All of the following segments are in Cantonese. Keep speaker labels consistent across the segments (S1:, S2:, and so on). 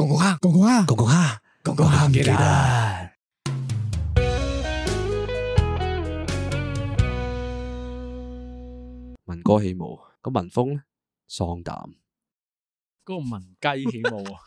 S1: Gogoha,
S2: gogoha,
S1: gogoha,
S2: gogo합니다.
S3: 民歌起舞，咁民風咧喪膽，
S2: 嗰個文雞起舞啊！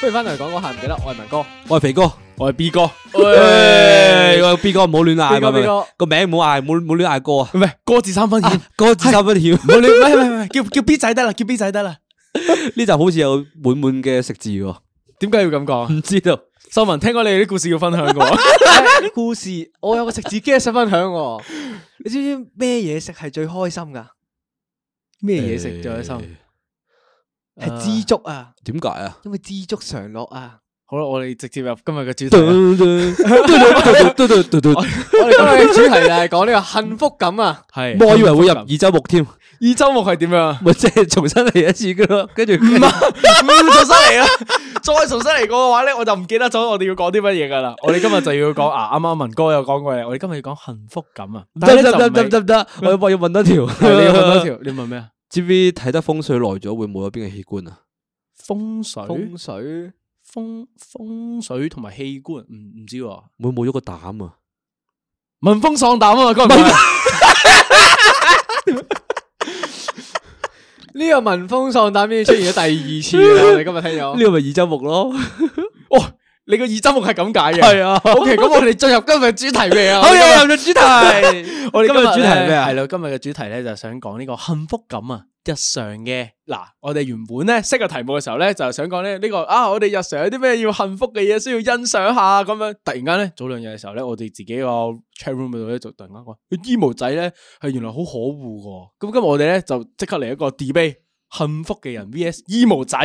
S3: 不如翻嚟講講下唔記得，我係文哥，我係肥哥，
S2: 我係 B 哥，
S3: 喂，
S2: 喂，
S3: 我係 B 哥唔好亂嗌
S2: B 哥 B 哥
S3: 個名唔好嗌，唔好唔好亂嗌歌啊，
S2: 唔係歌字三分險，唔
S3: 歌字三不曉，
S2: 好你，唔係唔係唔係，叫叫 B 仔得啦，叫 B 仔得啦。
S3: 呢集好似有滿滿嘅食字喎，唔
S2: 點解要咁講啊？
S3: 知道。
S2: 秀文，聽講你有啲故事要分享 嘅喎，
S4: 哎故事，我有個食字 g 想分享喎。你知唔知咩嘢食係最開心噶？
S2: 咩嘢食最開心？
S4: 係知足啊，
S3: 點解啊？
S4: 因為知足常樂啊。
S2: 好啦，我哋直接入今日嘅主題 啦。
S3: 我
S4: 我哋今日嘅主題就係講呢個幸福感啊。
S2: 係，
S3: 以為會入二周目添，
S2: 二周目係點樣啊？
S3: 咪即 係重新嚟一次噶咯。跟住唔
S2: 唔重新嚟啦，再重新嚟過嘅話咧，我就唔記得咗我哋要講啲乜嘢噶啦。我哋今日就要講啊，啱啱文哥有講過嘅，我哋今日要講幸福感啊。但係
S3: 得得
S2: 咧就唔
S3: 得
S2: 係
S3: 得得得，我要我要問多條，
S2: 係你要問多 條，你問咩啊？
S3: 知唔知睇得風水耐咗會冇咗邊個器官啊？
S2: 風水、
S4: 風水
S2: 風風水同埋器官，唔唔知喎。
S3: 會冇咗個膽啊？
S2: 聞風喪膽啊嘛，嗰個唔係
S4: 呢個聞風喪膽已經出現咗第二次啦。我哋今日
S2: 아.
S4: 聽
S3: 呢
S4: 咗。
S3: 個咪二周目咯。
S2: 哦，你個二周目係咁解嘅。
S3: 啊，
S4: O K，咁我哋進入今日嘅主題未啊？
S3: 好
S2: 예.
S3: 嘢，入咗主題。
S2: 我哋
S3: 今日主題係咩啊
S2: 係啦，今日嘅主題咧就係想講呢個幸福感啊，日常嘅嗱，我哋原本咧識個題目嘅時候咧，就係想講咧呢個啊，我哋日常有啲咩要幸福嘅嘢需要欣賞下咁樣。突然間咧，早兩日嘅時候咧，我哋自己個 chat room 嗰度咧就突然間講，衣毛仔咧係原來好可惡噶。咁今日我哋咧就即刻嚟一個 debate，幸福嘅人 vs 衣毛仔，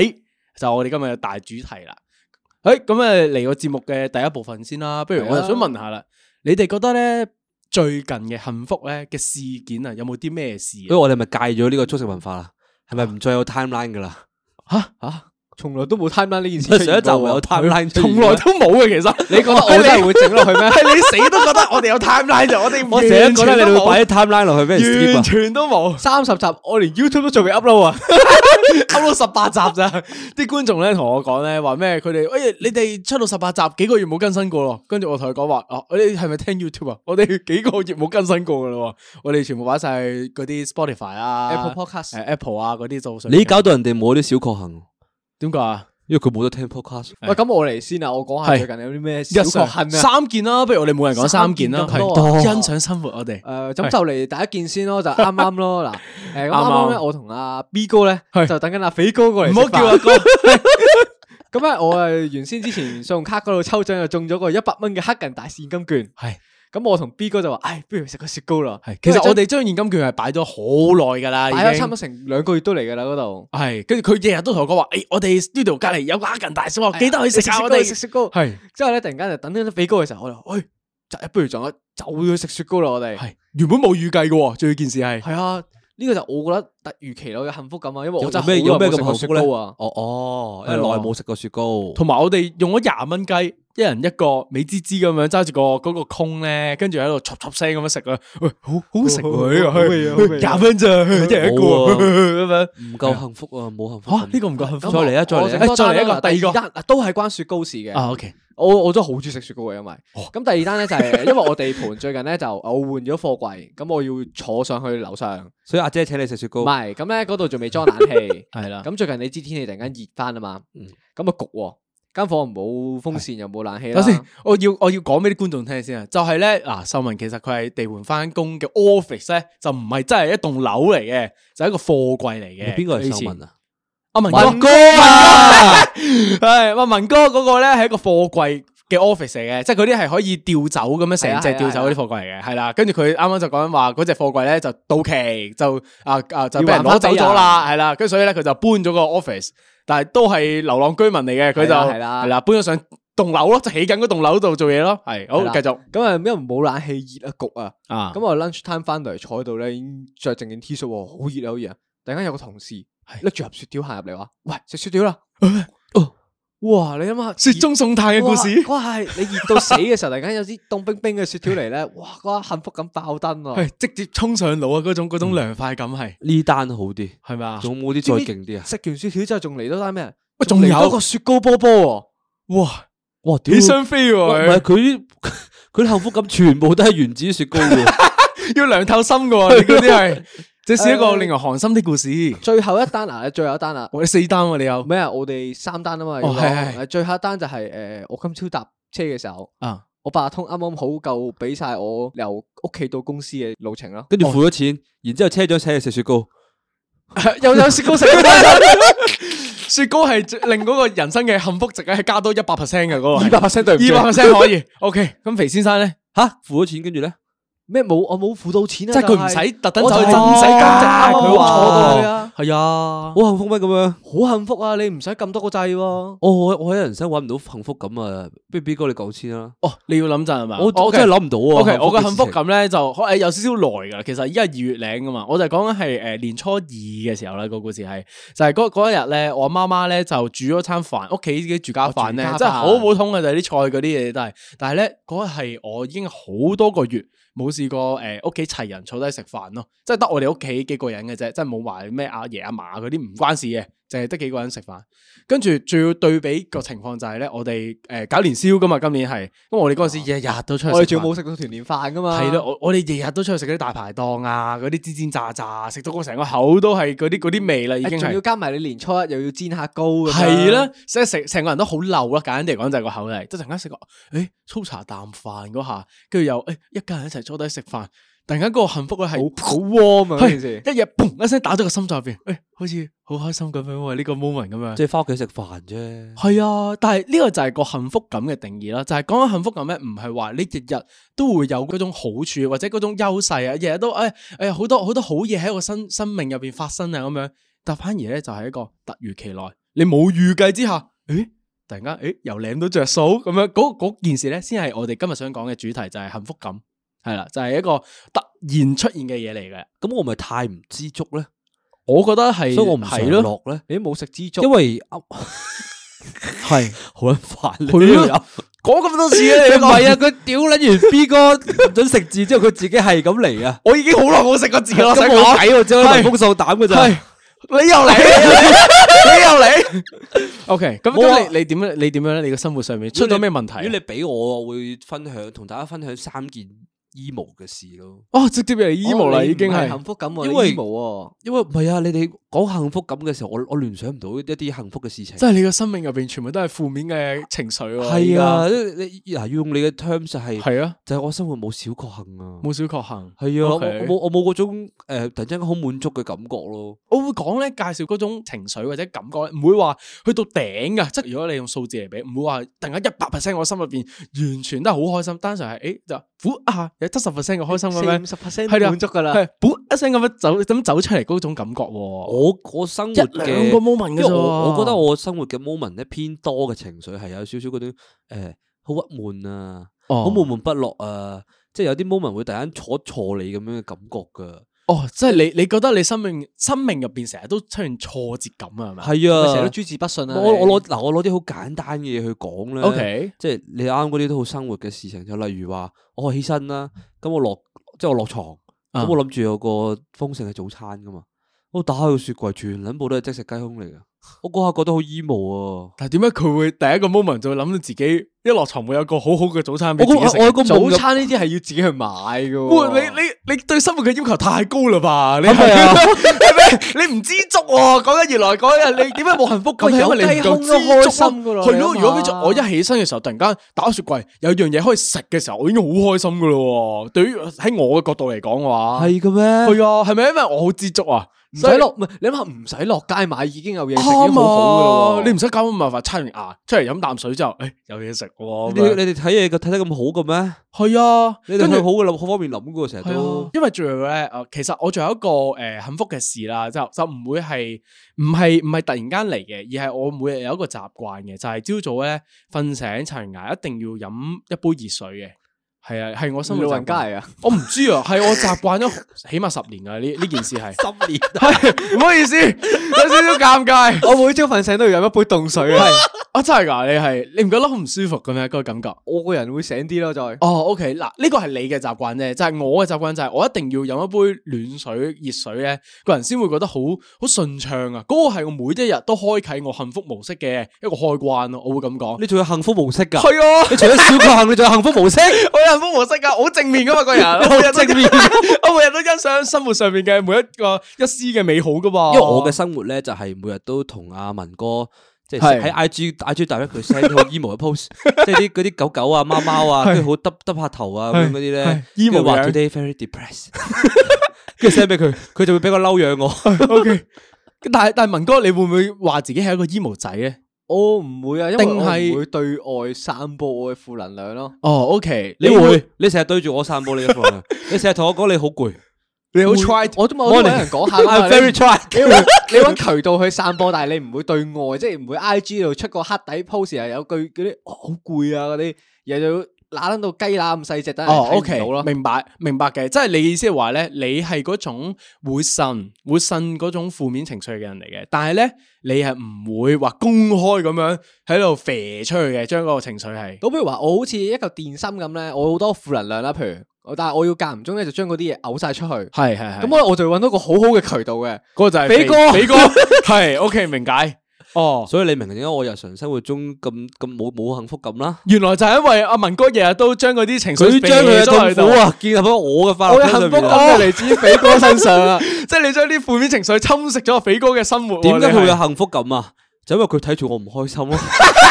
S2: 就係我哋今日嘅大主題啦。誒，咁啊嚟個節目嘅第一部分先啦，不如我就想問下啦，你哋覺得咧最近嘅幸福咧嘅事件啊，有冇啲咩事
S3: 因為我哋咪戒咗呢個速食文化啦，係咪唔再有 timeline 噶啦？
S2: 啊？
S4: 吓，從來都冇 timeline 呢件
S3: 上
S4: 事。
S3: 一集咪有 timeline，
S2: 從來都冇嘅，其實
S4: 你覺得我真係會整落去咩？
S2: 係 你死都覺得我哋有 timeline 就我哋
S3: 我成日覺得
S2: 뭐-
S3: 你會擺啲 timeline 落去
S2: 예,
S3: 俾人 skip 啊
S2: 完。全都冇。
S4: 三十集，我連 YouTube 都仲未 upload 啊！
S2: ，upload 十八集咋？啲觀眾咧同我講咧話咩？佢哋哎呀，你哋出到十八集幾個月冇更新過咯。跟住我同佢講話，哦、你係咪聽 YouTube 啊？我哋幾個月冇更新過噶啦，我哋全部擺晒嗰啲 Spotify 啊、
S4: Apple Podcast
S2: 誒 Apple 啊嗰啲做上。
S3: 你搞到人哋冇啲小確幸，
S2: 點解啊？
S3: 因為佢冇得聽 podcast。
S2: 예.
S4: 喂，咁我嚟先啊，我講下
S2: 係
S4: 最近有啲咩小確幸啊。
S2: 三件啦，不如我哋每人講三件啦，
S4: 三件咁
S3: 多啊
S2: 欣賞生活我哋。
S4: 诶，咁
S2: 係
S4: 就嚟第一件先咯，就啱啱咯 嗱，诶，咁啱啱
S2: 啱
S4: 咧，
S2: 啱
S4: 我同阿 B 哥咧
S2: 係
S4: 就等緊阿肥哥過嚟，
S2: 唔好叫啊 阿
S4: 哥。咁咧，我诶原先之前信用卡嗰度抽獎就中咗個一百蚊嘅黑人大現金券，
S2: 係
S4: 咁我同 B 哥就話，唉，不如食個雪糕啦。
S2: 係，其實我
S4: 因為
S2: 哋將現金券係擺咗好耐噶啦，
S4: 真
S2: 已
S4: 擺咗
S2: 經
S4: 差唔多成兩個月都嚟㗎啦嗰度。
S2: 係。跟住佢日日都同我講話，誒，我哋 studio 隔離有個亞近大小學，記得去食下
S4: 你
S2: 我
S4: 糕
S2: 哋
S4: 食。雪糕。
S2: 係
S4: 之後咧，突然間就等緊肥哥嘅時候，我就喂，就不如撞一就要去食雪糕啦，我哋。
S2: 係原本冇預計嘅喎，最件事係。
S4: 係啊，呢個就我覺得突如其來嘅幸福感啊，因為
S3: 有
S4: 我真
S3: 有
S4: 係
S3: 咩
S4: 好
S3: 有咩
S4: 耐冇食過
S3: 咁
S4: 雪
S3: 幸福咧？
S4: 糕啊
S3: 哦。哦，因為
S2: 係
S3: 耐
S2: 咯
S3: 冇食過雪糕，
S4: 예.
S2: 同埋我哋用咗廿蚊雞，一人一個美滋滋咁樣揸住個嗰個空咧，跟住喺度戳戳聲咁樣食啊，喂，好好食喎呢
S4: 好味啊好
S2: 個，
S4: 味啊
S2: 廿蚊咋，一人一個
S3: 冇啊
S2: 咁樣。
S3: 唔夠幸福啊，冇幸福
S2: 嚇
S3: 感。
S2: 呢個唔夠幸
S4: 咁
S2: 福
S3: 再
S4: 我
S3: 嚟啊再
S4: 我
S3: 嚟啊
S4: 整多
S2: 再嚟
S4: 單
S2: 一個
S4: 啦
S2: 第二個
S4: 單嗱都係關雪糕事嘅。
S2: 啊，OK，
S4: 我我都好中意食雪糕嘅，因為咁第二單咧就係 因為我地盤最近咧就我換咗貨櫃，咁我要坐上去樓上，
S3: 所以阿姐請你食雪糕
S4: 唔，係咁咧嗰度仲未裝冷 氣，
S2: 係啦。
S4: 咁最近你知天氣突然間熱翻啊嘛
S3: 嗯，
S4: 咁啊焗喎，間房冇風扇又冇冷氣
S2: 等
S4: 啦，
S2: 先，我要我要講俾啲觀眾聽先啊，就係咧嗱，秀文其實佢係地盤翻工嘅 office 咧，就唔係真係一棟樓嚟嘅，就係一個貨櫃嚟嘅。
S3: 邊個
S2: 以
S3: 係秀
S2: 前
S3: 文？啊？
S2: 阿文
S4: 文
S2: 哥
S4: 哥 啊
S2: 啊，係喂文哥嗰個咧係一個貨櫃嘅 office 嚟嘅，即係嗰啲係可以調走咁樣
S4: 係啊
S2: 成隻
S4: 係啊
S2: 調走嗰啲貨櫃嚟嘅，係啦。跟住佢啱啱就講緊話嗰隻貨櫃咧就到期就啊啊就俾人
S4: 要還
S2: 攞
S4: 返
S2: 走
S4: 俾人
S2: 咗啦，係啦。跟住所以咧佢就搬咗個 office，但係都係流浪居民嚟嘅，佢就
S4: 係啦係啦
S2: 係啦，搬咗上棟樓咯，就起緊嗰棟樓度做嘢咯。係好
S4: 係啦
S2: 繼續
S4: 咁啊，因為冇冷氣熱啊，焗啊，
S2: 啊
S4: 咁我 lunch time 翻到嚟坐喺度咧，已經着正件 T 恤喎，好熱啊，好熱啊！突然間有個同事拎住盒雪條行入嚟話：，喂，食雪條啦！
S2: 哦
S4: 哇，你諗下
S2: 雪中送炭嘅故事，
S4: 哇，哇係你熱到死嘅時候，突然 間有啲凍冰冰嘅雪條嚟咧，哇，嗰下幸福感爆燈啊！
S2: 係直接衝上腦啊！嗰種嗰種涼
S4: 嗯
S2: 快感係
S3: 呢單好啲，
S2: 係咪啊？
S3: 仲冇啲再勁啲啊？
S4: 食完雪條之後仲嚟多單咩？
S2: 喂仲
S4: 嚟多
S2: 有
S4: 個雪糕波波喎！
S2: 哇
S3: 哇，屌！
S2: 起雙飛
S3: 哇唔係
S2: 喎，
S3: 佢啲 佢啲幸福感全部都係源自於雪糕 嘅，
S2: 要涼透心嘅喎，你嗰啲係，這是一個令人寒心的故事。
S4: 最後一單啊，最後一單啊，
S2: 我哋四單喎，你有
S4: 咩啊？我哋三單啊嘛，
S2: 哦係係
S4: 係最後一單就係誒，我今朝搭車嘅時候。
S2: 啊？
S4: 我八達通啱啱好夠俾晒我由屋企到公司嘅路程咯。
S2: 哦
S3: 跟住付咗錢，然之後車長請你食雪糕，
S2: 又有雪糕食， 雪糕係最令嗰個人生嘅幸福值咧係加多一百 percent 嘅嗰個係，
S4: percent 對
S2: 二百 percent 可以。OK，咁肥先生咧，
S3: 吓付咗錢，跟住咧
S4: 咩冇我冇付到錢啊！
S2: 即係佢唔
S4: 但係
S2: 使特登走
S4: 我
S2: 去
S4: 就係
S2: 真唔使
S4: 咁
S2: 加佢
S4: 啱佢
S2: 話
S4: 坐過去啊，
S2: 係啊，
S3: 好幸福咩咁樣？哦
S4: 好幸福啊！你唔使咁多個掣喎。
S3: 我我我喺人生揾唔到幸福感啊！不如 B 哥你講先啦，
S2: 哦，你要諗陣係嘛？
S3: 我我
S2: OK
S3: 真係諗唔到啊
S2: O K，我嘅
S3: 嘅
S2: 幸福感咧就可誒有少少耐噶啦，其實依家二月零啊噶嘛，我就講緊係誒年初二嘅時候啦，個故事係就係嗰嗰一日咧，我媽媽咧就煮咗餐飯，屋企自己住家飯咧
S4: 哦，住
S2: 真
S4: 家
S2: 係
S4: 飯
S2: 好普通嘅，就係啲菜嗰啲嘢都係，但係咧嗰日係我已經好多個月冇試過誒屋企齊人坐低食飯咯，即係得我哋屋企幾個人嘅啫，即係冇埋咩阿爺阿啊嫲嗰啲唔關事嘅，淨係得幾個人食飯。跟住仲要對比個情況就係咧，我哋誒搞年宵噶嘛，今年係，咁我哋嗰陣時日日都出去食飯。
S4: 我哋仲冇食到團年飯噶嘛？
S2: 系咯，我我哋日日都出去食嗰啲大排檔啊，嗰啲煎煎炸炸，食到我成個口都係嗰啲嗰啲味啦，已經
S4: 誒，仲要
S2: 係。
S4: 加埋你年初一又要啊煎下糕咁樣
S2: 係啦，，即係成成個人都好漏啦，簡單地講就係個口嚟，即係突然間食個，诶粗茶淡飯嗰下，跟住又诶一家人一齊坐低食飯，突然間嗰個幸福咧係
S4: 好好 warm 啊！呢件事
S2: 一日砰一聲打咗個心臟入边，诶好似好開心咁樣喎，呢個 moment 咁樣。
S3: 即係翻屋企食飯啫。
S2: 系啊，但系呢个就系个幸福感嘅定义啦，就系讲紧幸福感咧，唔系话你日日都会有嗰种好处或者嗰种优势啊，日日都诶诶好多好多好嘢喺我生生命入边发生啊咁样，但反而咧就系一个突如其来，你冇预计之下，诶突然间诶又舐到着数咁样，嗰嗰件事咧先系我哋今日想讲嘅主题，就系幸福感，系啦，就系一个突然出现嘅嘢嚟嘅，
S3: 咁我咪太唔知足咧，
S2: 我觉得系
S3: 所以我唔
S2: 系
S3: 上
S2: 咯，
S3: 落咧，
S4: 你都冇食支竹
S3: 因， 為啊
S2: 系
S3: 好撚煩你
S2: 係咯
S3: 呢
S2: 讲咁多次啊，
S3: 個
S2: 你
S3: 人唔係啊，佢屌撚完 B 哥唔准食字之後，佢自己係咁嚟啊！
S2: 我已经好耐冇食過字
S3: 咁
S2: 啦，想
S3: 冇
S2: 講
S3: 計喎，只可以
S2: 係
S3: 聞風掃膽嘅咋。
S2: 係你又嚟，你又嚟，OK，咁
S3: 冇啊
S2: 咁你你點咧？你點樣咧？你嘅生活上面出咗咩問題
S3: 如果
S2: 啊？
S3: 你俾我，我會分享同大家分享三件 emo 嘅事咯。
S2: 哦，直接嚟 emo 啦，
S4: 哦你
S2: 已經
S4: 唔係
S2: 係
S4: 幸福感喎，
S3: 因
S4: 因
S3: 為
S4: 為冇
S3: 因為唔係啊，你哋講幸福感嘅時候，我我聯想唔到一啲幸福嘅事情。
S2: 即係你嘅生命入边全部都係負面嘅情緒喎。
S3: 係啊，你你嗱要用你嘅 terms 就
S2: 依
S3: 係
S2: 家，係啊，
S3: 就係我生活冇小確幸啊。
S2: 冇小確幸。
S3: 係啊，我我
S2: OK
S3: 冇我冇嗰種誒突然間好滿足嘅感覺咯。
S2: 我會講咧，介紹嗰種情緒或者感覺咧，唔會話去到頂噶。即係如果你用數字嚟比，唔會話突然間一百 percent 我心入边完全都係好開心，單純係诶就呼啊有七十 percent 嘅開心咁
S4: 喎，
S2: 樣，
S4: 四五十 percent
S2: 係啦
S4: 滿足噶啦。
S2: 係噗一聲咁樣走咁走出嚟嗰種感覺喎。
S3: 我我生活
S2: 哦一兩
S3: 嘅
S2: 個 moment
S3: 因
S2: 嘅
S3: 為
S2: 啫喎。
S3: 我我覺得我生活嘅 moment 咧偏多嘅情緒係有少少嗰種誒好鬱悶啊，
S2: 哦
S3: 好悶悶不樂啊，即係有啲 moment 會突然間坐錯你咁樣嘅感覺噶。
S2: 哦，即係你你覺得你生命生命入边成日都出現挫折感啊，係咪？
S3: 係
S4: 咪成日都
S3: 啊，
S4: 諸字不順啊！
S3: 我
S4: 你
S3: 我攞嗱我攞啲好簡單嘅嘢去講咧。
S2: O K，
S3: 即係你啱嗰啲都好生活嘅事情，就例如話我起身啦，咁我落即係我落床，
S2: 啊
S3: 咁我諗住有個豐盛嘅早餐噶嘛，我打開個雪櫃，全撚部都係即食雞胸嚟嘅，我嗰下覺得好 emo 啊！
S2: 但係點解佢會第一個 moment 就會諗到自己一落床會有個好好嘅早餐俾
S3: 我
S2: 自己
S3: 個我有
S2: 食？
S3: 個夢
S4: 早
S3: 入
S4: 餐呢啲係要自己去買噶。
S2: 哇！你你你對生活嘅要求太高啦吧？你
S3: 係咪啊
S2: 係 咪？你唔知足喎！講緊原來講 緊你點解冇幸福感？
S4: 喂
S2: 因
S4: 有
S2: 為你唔夠
S4: 雞胸都開
S2: 知足啊
S4: 心㗎啦
S2: 係咯，
S4: 你諗
S2: 如
S4: 下
S2: 果俾咗我一起身嘅時候，突然間打開雪櫃有樣嘢可以食嘅時候，我已經好開心噶啦喎。對於喺我嘅角度嚟講嘅話，
S3: 係嘅咩？
S2: 係啊，係咪因為我好知足啊？
S4: 唔使落，唔系你啊谂下，唔使落街買已經有嘢食，已
S2: 啱
S4: 經好好噶
S2: 啊！
S4: 咯。
S2: 你唔使搞咁麻煩，刷完牙出嚟飲啖水之後，诶有嘢食喎。
S3: 你你哋睇嘢嘅睇得咁好嘅咩？
S2: 係啊，
S3: 你哋
S2: 跟
S3: 去
S2: 住
S3: 好嘅諗好方面諗嘅喎，成日
S2: 係啊
S3: 都，
S2: 因為仲有咧，诶，其實我仲有一個诶、呃幸福嘅事啦，就就唔會係唔係唔係突然間嚟嘅，而係我每日有一個習慣嘅，就係朝早咧瞓醒刷完牙一定要飲一杯熱水嘅，係啊，係我生活
S4: 老
S2: 習
S4: 人家
S2: 慣。
S4: 嚟啊，
S2: 我唔知啊，係我習慣咗起碼十年噶呢呢件 事係，
S3: 十年
S2: 係唔好意思，有少少尷尬。
S4: 我每朝瞓醒都要飲一杯凍水啊。
S2: 啊真係㗎，你係你唔覺得好唔舒服嘅咩？嗰、個感覺。
S4: 我個人會醒啲咯，再。
S2: 哦，OK，嗱，呢個係你嘅習慣啫，就係我嘅習慣就係我一定要飲一杯暖水、熱水咧，個人先會覺得好好順暢啊！嗰、個係我每一日都開啟我幸福模式嘅一個開關啊咯，我會咁講。
S3: 你仲有幸福模式噶？
S2: 係啊，
S3: 你除咗小確幸，你仲有幸福 模式？
S2: 我有幸福模式噶，我好正面噶嘛個人， 我每日都正面， 我每日都欣賞生活上面嘅每一個一絲嘅美好噶嘛。
S3: 因為我嘅生活咧就係每日都同阿文哥。即係喺 I G I G 大 r 佢 send 好 emo 嘅 post，即係啲嗰啲狗狗啊、貓貓啊，跟住好耷耷下頭啊咁樣嗰啲咧
S2: 係
S3: 跟住
S2: emo
S3: 話
S2: 樣
S3: today very depressed，跟住 send 俾佢，佢就會俾個嬲樣我。
S2: OK，但係但係文哥，你會唔會話自己係一個 emo 仔咧？
S4: 我唔會啊，因為
S2: 定
S4: 我
S2: 係
S4: 唔會對外散播我嘅負能量咯。
S2: 哦，OK，
S3: 你
S2: 你會
S3: 會你成日對住我散播你嘅負能量，你成日同我講你好攰
S2: 你好
S4: 會
S2: try
S4: 我都冇我都冇人講下㗎嘛
S3: ，I'm very
S4: 你
S3: try。
S4: 你揾 你揾渠道去散播，但係你唔會對外，即係唔會 I G 度出個黑底 post 又有句嗰啲哦好攰啊嗰啲，又要乸撚到雞乸咁細只，等人
S2: 哦
S4: 睇唔
S2: ，OK，
S4: 到咯。
S2: 明白明白嘅，即係你意思係話咧，你係嗰種會呻會呻嗰種負面情緒嘅人嚟嘅，但係咧你係唔會話公開咁樣喺度肥出去嘅，將嗰個情緒係
S4: 咁譬如話，我好似一嚿電芯咁咧，我好多負能量啦，譬如我，但係我要間唔中咧就將嗰啲嘢嘔晒出去。咁
S2: 係係係，咁
S4: 我我就揾到個好好嘅渠道嘅，
S2: 嗰個就係
S4: 肥
S2: 肥
S4: 哥
S2: 肥哥 係 OK 明解，哦，
S3: 所以你明點解我日常生活中咁咁冇冇幸福感啦？
S2: 原來就係因為阿文哥日日都將嗰啲情緒
S3: 佢將佢嘅
S2: 咗
S3: 痛苦啊，建立喺我嘅快
S4: 我
S3: 樂感
S4: 嘅
S3: 上
S4: 幸
S3: 面
S4: 福
S3: 啊
S4: 感
S2: 哦
S4: 就嚟自於肥哥身上 啊！
S2: 即係你將啲負面情緒侵蝕咗肥哥嘅生活喎，
S3: 點解佢
S2: 你
S3: 會
S2: 係
S3: 有幸福感啊？就因為佢睇住我唔開心咯。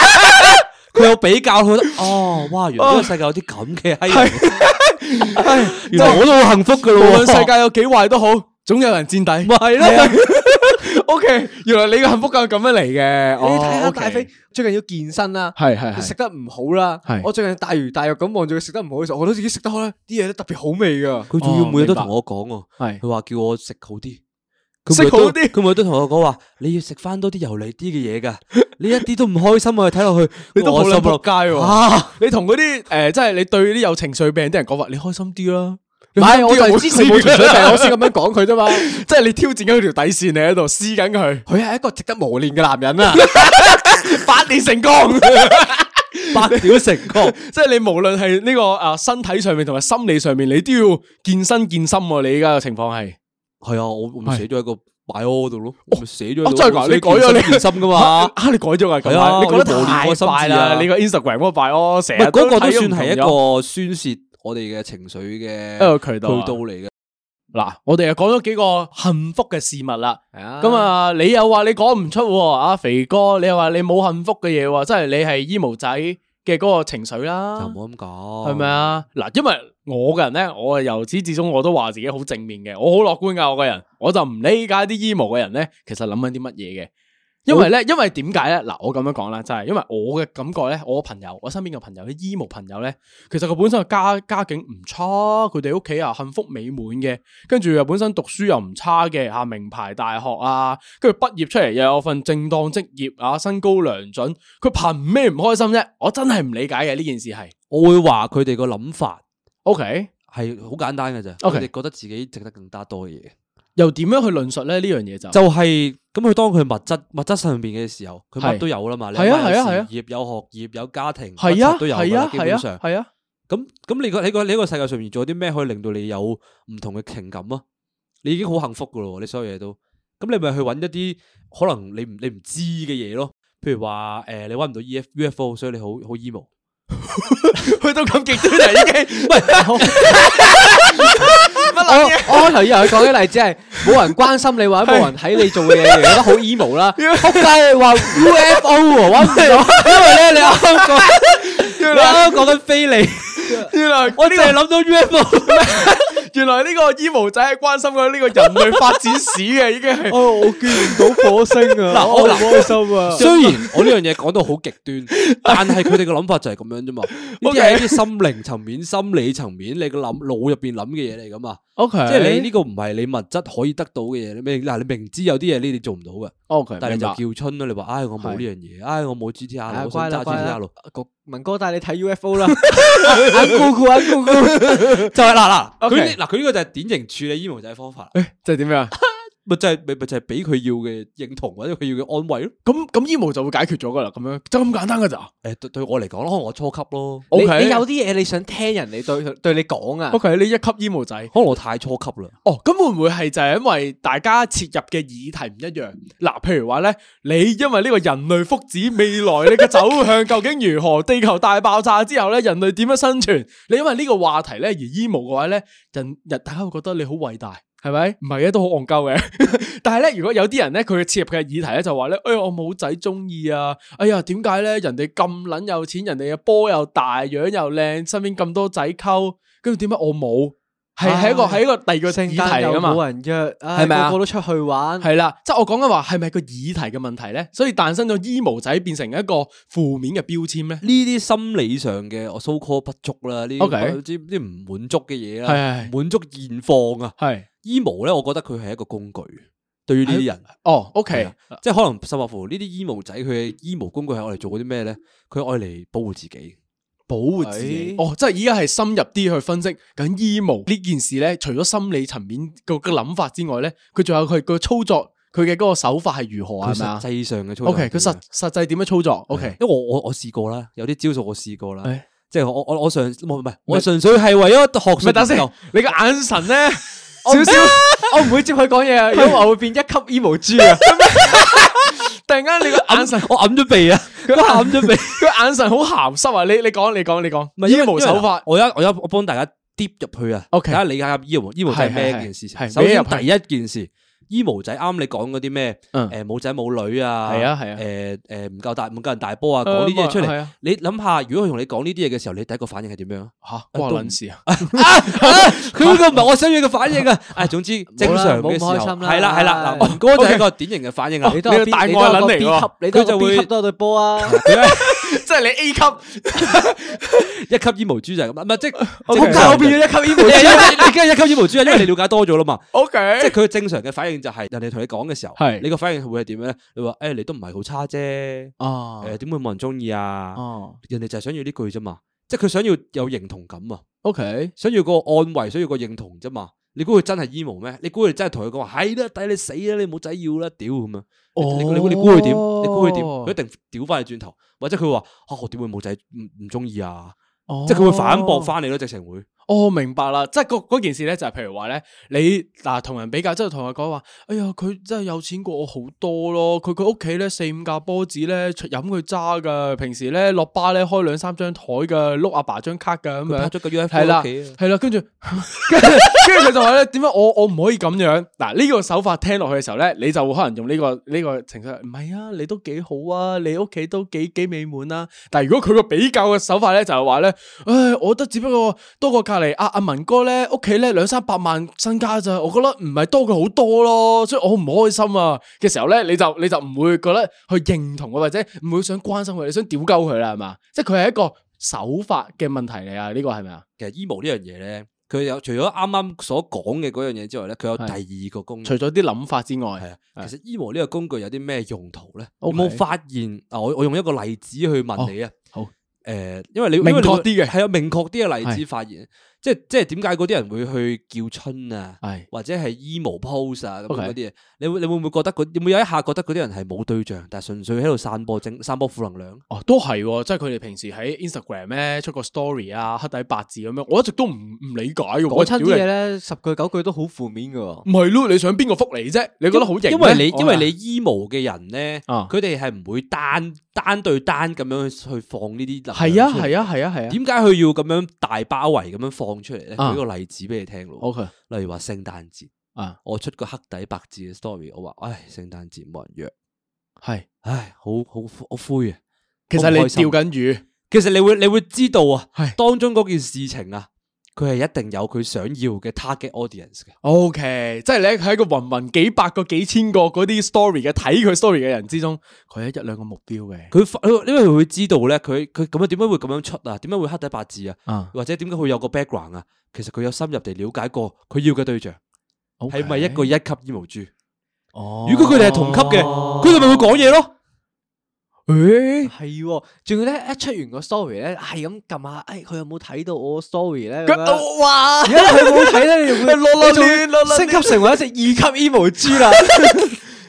S3: 佢有比較，佢覺得哦，哇，原來呢個世界有啲咁嘅 閪人，原來我都好幸福噶咯
S2: 無
S3: 喎。
S2: 論世 界有幾壞都好，總有人墊底。
S3: 咪係咯，
S2: O K，原來你嘅幸福感係咁樣嚟嘅。
S4: 你睇下
S2: 哦
S4: 大肥最近要健身啦，
S2: 係係係
S4: 食得唔好啦
S2: 係。
S4: 我最近大魚大肉咁望住佢食得唔好嘅時候，我覺得自己食得好咧，啲嘢都特別好味噶。
S3: 佢仲要每日都
S2: 哦明白
S3: 同我講喎，
S2: 係
S3: 佢話叫我食好啲。佢
S2: 食
S3: 每日都
S2: 好啲
S3: 佢每日都同我講話，你要食翻多啲油膩啲 嘅嘢㗎。你一啲都唔開心啊！睇落去，
S2: 你都好
S3: 我心
S2: 撚仆
S3: 諗
S2: 街喎。
S3: 啊！
S2: 你同嗰啲誒，即係你對啲有情緒病啲人講話，你開心啲啦。
S4: 唔係，我就係支持冇情緒 病，我先咁
S2: 樣講佢啫嘛。 即係你挑戰緊佢條底線，你喺度撕緊佢，
S4: 佢係一個值得磨練嘅男人啊！
S2: 百年成功。
S3: 百屌成功，
S2: 即係你無論係呢個啊身體上面同埋心理上面，你都要健身健心喎。你而家嘅情況係，
S3: 係啊！我我咪寫咗喺個擺屙度咯，我咪寫咗喺
S2: 哦
S3: 度。
S2: 真係㗎
S3: 我寫
S2: 你改咗你
S3: 健身㗎嘛？
S2: 啊你改咗啊，咁
S3: 係啊
S2: 啊，你改得
S3: 我要磨練
S2: 太
S3: 我心智啊
S2: 快啦。你個 Instagram 嗰個快我成
S3: 唔
S2: 日
S3: 係嗰個都
S2: 睇唔
S3: 算係一
S2: 同咗
S3: 個宣泄我哋嘅情緒嘅
S2: 一個渠道啊
S3: 嚟嘅。
S2: 嗱，我哋又講咗幾個幸福嘅事物啦。咁
S4: 咁啊，
S2: 啊，你又話你講唔出喎，啊肥哥，你又話你冇幸福嘅嘢喎，即係你係 emo 仔嘅嗰個情緒
S3: 又
S2: 啦
S3: 唔，好咁講，
S2: 啊係咪？啊？嗱，因為我個人咧，我啊由始至終我都話自己好正面嘅，我好樂觀噶，我個人，我就唔理解啲 emo 嘅人咧，其實諗緊啲乜嘢嘅。因為咧，因為點解咧？嗱，我咁樣講啦，就係因為我嘅感覺咧，我朋友，我身邊嘅朋友啲 emo 朋友咧，其實佢本身嘅家家境唔差，佢哋屋企啊幸福美滿嘅，跟住又本身讀書又唔差嘅吓，名牌大學啊，跟住畢業出嚟又有份正當職業啊，身高良準，佢憑咩唔開心啫？我真係唔理解嘅呢件事係。
S3: 我會話佢哋個諗法
S2: OK，
S3: 係好簡單嘅咋，佢
S2: OK
S3: 哋覺得自己值得更加多嘅嘢。
S2: 又點樣去論述咧？呢樣嘢就
S3: 就係咁，佢當佢物質物質上邊嘅時候，佢乜
S2: 係
S3: 都有啦嘛。
S2: 係啊
S3: 你有
S2: 係啊係啊
S3: 事業有學業有家庭，
S2: 係
S3: 乜柒
S2: 啊，
S3: 都有
S2: 係
S3: 㗎啦
S2: 啊，
S3: 基
S2: 係
S3: 本
S2: 啊，
S3: 上。
S2: 係啊，
S3: 咁咁，你個你個你個世界上面仲有啲咩可以令到你有唔同嘅情感啊？你已經好幸福噶咯，你所有嘢都。咁你咪去揾一啲可能你唔你唔知嘅嘢咯，譬如話誒、呃你揾唔到 E F U F O，所以你好好 emo。
S2: 去到咁極端就已經喂，
S4: 我 我頭以為佢講嘅例子係冇人關心你，或者冇人睇你做嘅嘢，你覺得好 emo 啦。仆街你話 UFO 喎，揾唔到，因為咧你啱 啱講
S3: 你啱啱講緊非你，
S2: 原來
S3: 我淨係諗到 U F O。
S2: 原來呢個 emo 仔係關心緊呢個人類發展史嘅，已經係。
S4: 哦，我見唔到火星啊！
S3: 嗱
S4: 我
S3: 我
S4: 唔開心啊！
S3: 雖然我呢樣嘢講到好極端，但係佢哋嘅諗法就係咁樣啫嘛。呢啲係一啲心靈層面、心理層面，你個諗腦入邊諗嘅嘢嚟噶嘛。
S2: O K，
S3: 即係你呢個唔係你物質可以得到嘅嘢，你明嗱你明知有啲嘢你哋做唔到嘅，
S2: O K，
S3: 但係你就叫春啦。你話唉我冇呢樣嘢，唉我冇
S4: 啊
S3: GTR，啦我想揸 GTR 咯。
S4: 局文哥帶你睇 UFO 啦，阿姑姑阿姑 姑，
S3: 就係嗱嗱， 佢
S2: OK
S3: 呢嗱佢呢個就係典型處理 emo 仔方法啦，
S2: 即係點
S3: 啊
S2: 樣？
S3: 咪就係咪咪就係俾佢要嘅認同或者佢要嘅安慰咯。
S2: 咁咁 emo 就會解決咗噶啦，咁樣就咁簡單噶咋
S3: 誒對對我嚟講咯，可能我初級咯，
S2: ？O
S4: 你
S2: K，
S4: 你有啲嘢你想聽人哋對對你講啊
S2: O？K，你一級 emo 仔。
S3: 可能我太初級啦。
S2: 哦，咁會唔會係就係因為大家切入嘅議題唔一樣？嗱，譬如話咧，你因為呢個人類福祉未來你嘅走向究竟如何？地球大爆炸之後咧，人類點樣生存？你因為呢個話題咧而 emo 嘅話咧，人人大家會覺得你好偉大。係咪？唔係嘅，都好戇鳩嘅。但係咧，如果有啲人咧，佢嘅切入嘅議題咧，就話咧，哎呀，我冇仔中意啊！哎呀，點解咧？人哋咁撚有錢，人哋嘅波又大，樣又靚，身邊咁多仔溝，跟住點解我冇？係係一個
S4: 唉
S2: 係一個第二個
S4: 聖
S2: 議
S4: 誕
S2: 題
S4: 又
S2: 㗎嘛。
S4: 冇人約，
S2: 係
S4: 係
S2: 咪啊
S4: 個個都出去玩，
S2: 系啦，即系我講緊話係咪個議題嘅問題咧，所以誕生咗 emo 仔變成一個負面嘅標籤咧。
S3: 呢啲心理上嘅我 so call 不足啦，呢
S2: OK
S3: 啲啲啲唔滿足嘅嘢啦，
S2: 係
S3: 唔滿足現況啊。
S2: 係
S3: emo 咧，我覺得佢係一個工具，對於呢啲人。
S2: 哦
S3: 係
S2: ，OK，
S3: 啊即係可能甚或乎呢啲 emo 仔佢嘅 emo 工具係我嚟做嗰啲咩咧？佢愛嚟保護自己，保護
S4: 自己
S2: 哦，即係依家係深入啲去分析緊 emo 呢件事咧，除咗心理層面個嘅諗法之外咧，佢仲有佢個操作，佢嘅嗰個手法係如何啊？
S3: 佢
S2: 係咪啊
S3: 實際上嘅操作啊
S2: ？OK，佢實實際點樣操作
S3: 係啊
S2: ？OK，
S3: 因為我我我試過啦，有啲招數我試過啦
S2: 係，
S3: 即係我我我上唔係唔係，我純粹係為咗學術
S2: 咪等先
S3: 研究，
S2: 你個眼神咧
S4: 我哦唔啊
S2: 少少。
S4: 我唔會接佢講 嘢啊，因為我會變一級 emo 豬啊！
S2: 突然間你個眼神，
S3: 我揞咗鼻 啊，
S2: 佢
S3: 揞咗鼻。
S2: 佢眼神好鹹濕啊！你你講你講你講
S3: 唔係因為
S2: ，emo 手法，
S3: 我而家我而家我幫大家 deep 入去啊
S2: OK
S3: 大家理解下 emo emo ，E 仔係咩一件事情。
S2: 係係係
S3: 首先
S2: 俾
S3: 第一件事，emo 仔啱你講嗰啲咩？
S2: 嗯
S3: 誒冇仔冇女啊，
S2: 係啊係啊
S3: 誒誒唔夠大唔夠人大波啊，
S2: 誒
S3: 講呢啲嘢出
S2: 咪係
S3: 嚟
S2: 啊。
S3: 你諗下，如果佢同你講呢啲嘢嘅時候，你第一個反應係點樣啊？
S2: 吓關我撚事啊！
S3: 佢呢個唔係我想要嘅反應啊！誒，總之正常嘅時候
S4: 唔好開心啦
S3: 係啦係啦，
S4: 唉哦
S3: 嗱，文哥就係一個典型嘅反應啦。
S4: 你都有
S2: 哦你個大
S4: B- 你
S2: 愛
S4: 都
S2: 撚
S4: 有個
S2: 嚟
S4: B
S2: 喎
S4: 級，你都有
S3: 佢
S4: 個
S3: 就
S4: B
S3: 會
S4: 級都有對 波啊！
S2: 即係你 A 級，
S3: 一級 emo 豬就係咁啦，唔係即係
S2: OK
S3: 正常
S4: 我哦變咗啊一級 emo
S3: 你
S4: 豬，
S3: 你梗係一級 emo 豬啊，因為你了解多咗啦嘛。
S2: O K，
S3: 即係佢正常嘅反應就係人哋同你講嘅時候，
S2: 係
S3: 你個反應會係點樣咧？你話誒你都唔係好差啫，誒
S4: 哦
S2: 啊
S3: 點會冇人中意啊？
S2: 哦
S3: 人哋就係想要呢句啫嘛，即係佢想要有認同感啊，
S2: ，O K，
S3: 想要個安慰，想要個認同啫嘛。你估佢真係 emo 咩？你估佢真係同佢講話係啦，抵你死啦，你冇仔要啦，屌咁樣！你你估你估你估佢點？
S2: 哦
S3: 你估佢點？佢一定屌翻你轉頭，或者佢話啊我點會冇仔唔唔中意啊？即係佢會反駁翻你咯，直情會。
S2: 哦，明白啦，即係嗰嗰件事咧，就係譬如話咧，你嗱同人比較，即係同人講話，哎呀，佢真係有錢過我好多咯，佢佢屋企咧四五架波子咧飲佢揸噶，平時咧落巴咧開兩三張台噶，碌阿爸張卡噶咁
S3: 佢拍
S2: 樣。
S3: 咗個 UFO
S2: 係
S3: 喺屋
S2: 啦，
S3: 企啊
S2: 係啦，跟住 跟住跟住佢就話咧，點解我我唔可以咁樣？嗱，呢個手法聽落去嘅時候咧，你就會可能用呢個呢個情緒，唔係啊，你都幾好啊，你屋企都幾幾美滿啦。但係如果佢個比較嘅手法咧，就係話咧，唉，我覺得只不過多過隔離啊阿阿文哥咧，屋企咧兩三百萬身家咋，我覺得唔係多佢好多咯，所以我好唔開心啊嘅時候咧，你就你就唔會覺得去認同佢，或者唔會想關心佢，你想屌鳩佢啦，係嘛？即係佢係一個手法嘅問題嚟啊，呢個係咪啊？
S3: 其實 emo 呢樣嘢咧，佢有除咗啱啱所講嘅嗰樣嘢之外咧，佢有
S2: 係
S3: 第二個工具
S2: 除。咗啲諗法之
S3: 嗯係
S2: 外，
S3: 啊，其實 emo 呢個工具有啲咩用途咧？有
S2: OK 哦
S3: 冇發現啊？我我用一個例子去問你啊。
S2: 好好
S3: 誒，因為你
S2: 明確啲嘅
S3: 係啊，明確啲嘅例子
S2: 係
S3: 發現，即係即係點解嗰啲人會去叫春啊，
S2: 係
S3: 或者係 emo pose 啊咁樣
S2: OK
S3: 嗰啲嘢？你會你會唔會覺得嗰？你會有一下覺得嗰啲人係冇對象，但係純粹喺度散播正散播負能量？
S2: 哦，都係喎，即係佢哋平時喺 Instagram 咧出個 story 啊，黑底白字咁樣，我一直都唔唔理解嘅。
S4: 講
S2: 我
S4: 親
S2: 屌
S4: 啲
S2: 你
S4: 嘢咧，十句九句都好負面噶喎。
S2: 唔係咯，你想邊個福利啫？你覺得好型咩？哦
S3: 因為你
S2: 我
S3: 因為你 emo 嘅人咧，
S2: 啊
S3: 佢哋係唔會單單對單咁樣去放呢啲能
S2: 係啊
S3: 量出嚟。
S2: 係啊係啊係啊。
S3: 點解佢要咁樣大包圍咁樣放出嚟咧？
S2: 啊
S3: 舉個例子俾你聽咯。
S2: OK
S3: 例如話聖誕節，
S2: 啊，
S3: 我出個黑底白字嘅 story，我話：，唉，聖誕節冇人約，
S2: 係。
S3: 唉，好好好灰啊！
S2: 其實
S3: 好唔
S2: 你
S3: 開心
S2: 釣緊魚，
S3: 其實你會你會知道啊
S2: 係，
S3: 當中嗰件事情啊，佢係一定有佢想要嘅 target audience 嘅。
S2: O、k 哦即系你喺个云云几百个、几千个嗰啲 story 嘅睇佢 story 嘅人之中，佢有一两个目标嘅。
S3: 佢發因為佢會知道咧，佢佢咁樣點解會咁樣出啊？點解會黑底白字啊？
S2: 啊，
S3: 或者點解佢有個 background 啊？其實佢有深入地了解過佢要嘅對象係咪一個一級醫毛豬？
S2: 哦
S3: 如果佢哋係同級嘅，佢哋咪會講嘢咯。
S2: 诶、
S4: 系，仲要咧一出完個 story 咧，係咁撳下，诶，佢有冇睇到我 story 咧？咁樣
S2: 哇！
S4: 如果佢冇睇咧，你 會
S2: 落落
S4: 你仲
S2: 亂落落亂
S4: 升級成為一隻二級 emo 豬 啦。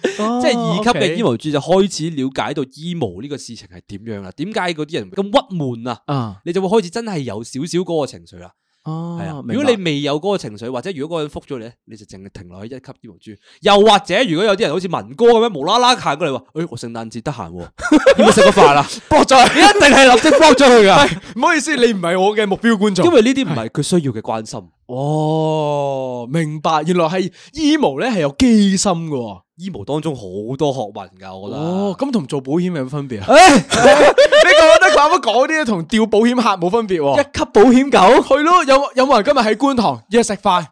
S3: 即係二級嘅
S2: 哦 OK
S3: 醫毛豬就開始了解到醫毛呢個事情係點樣啦，點解嗰啲人咁鬱悶啊？
S2: 啊，
S3: 你就會開始真係有少少嗰個情緒啦。
S2: 哦
S3: 係啊，
S2: 明白
S3: 如果你未有嗰個情緒，或者如果嗰個人覆咗你咧，你就淨係停留喺一級醫毛豬。又或者如果有啲人好似文哥咁樣無啦啦行過嚟話：，哎誒、我聖誕節得閒 喎，要唔要食個飯啊？
S2: 博咗，
S3: 你一定係立即 block 咗佢㗎，
S2: 唔好意思，你唔系我嘅目标观 众
S3: 因。為呢啲唔係佢需要嘅關心。
S2: 哦，明白，原來係 emo 咧係有機心嘅喎。
S3: 醫毛當中好多學問㗎，我覺得。
S2: 哦，咁同做保險有冇分 別啊？你覺得啱啱講啲嘢同調保險客冇分別喎？
S4: 一級保險狗，
S2: 係咯，有有冇人今日喺觀塘約食飯？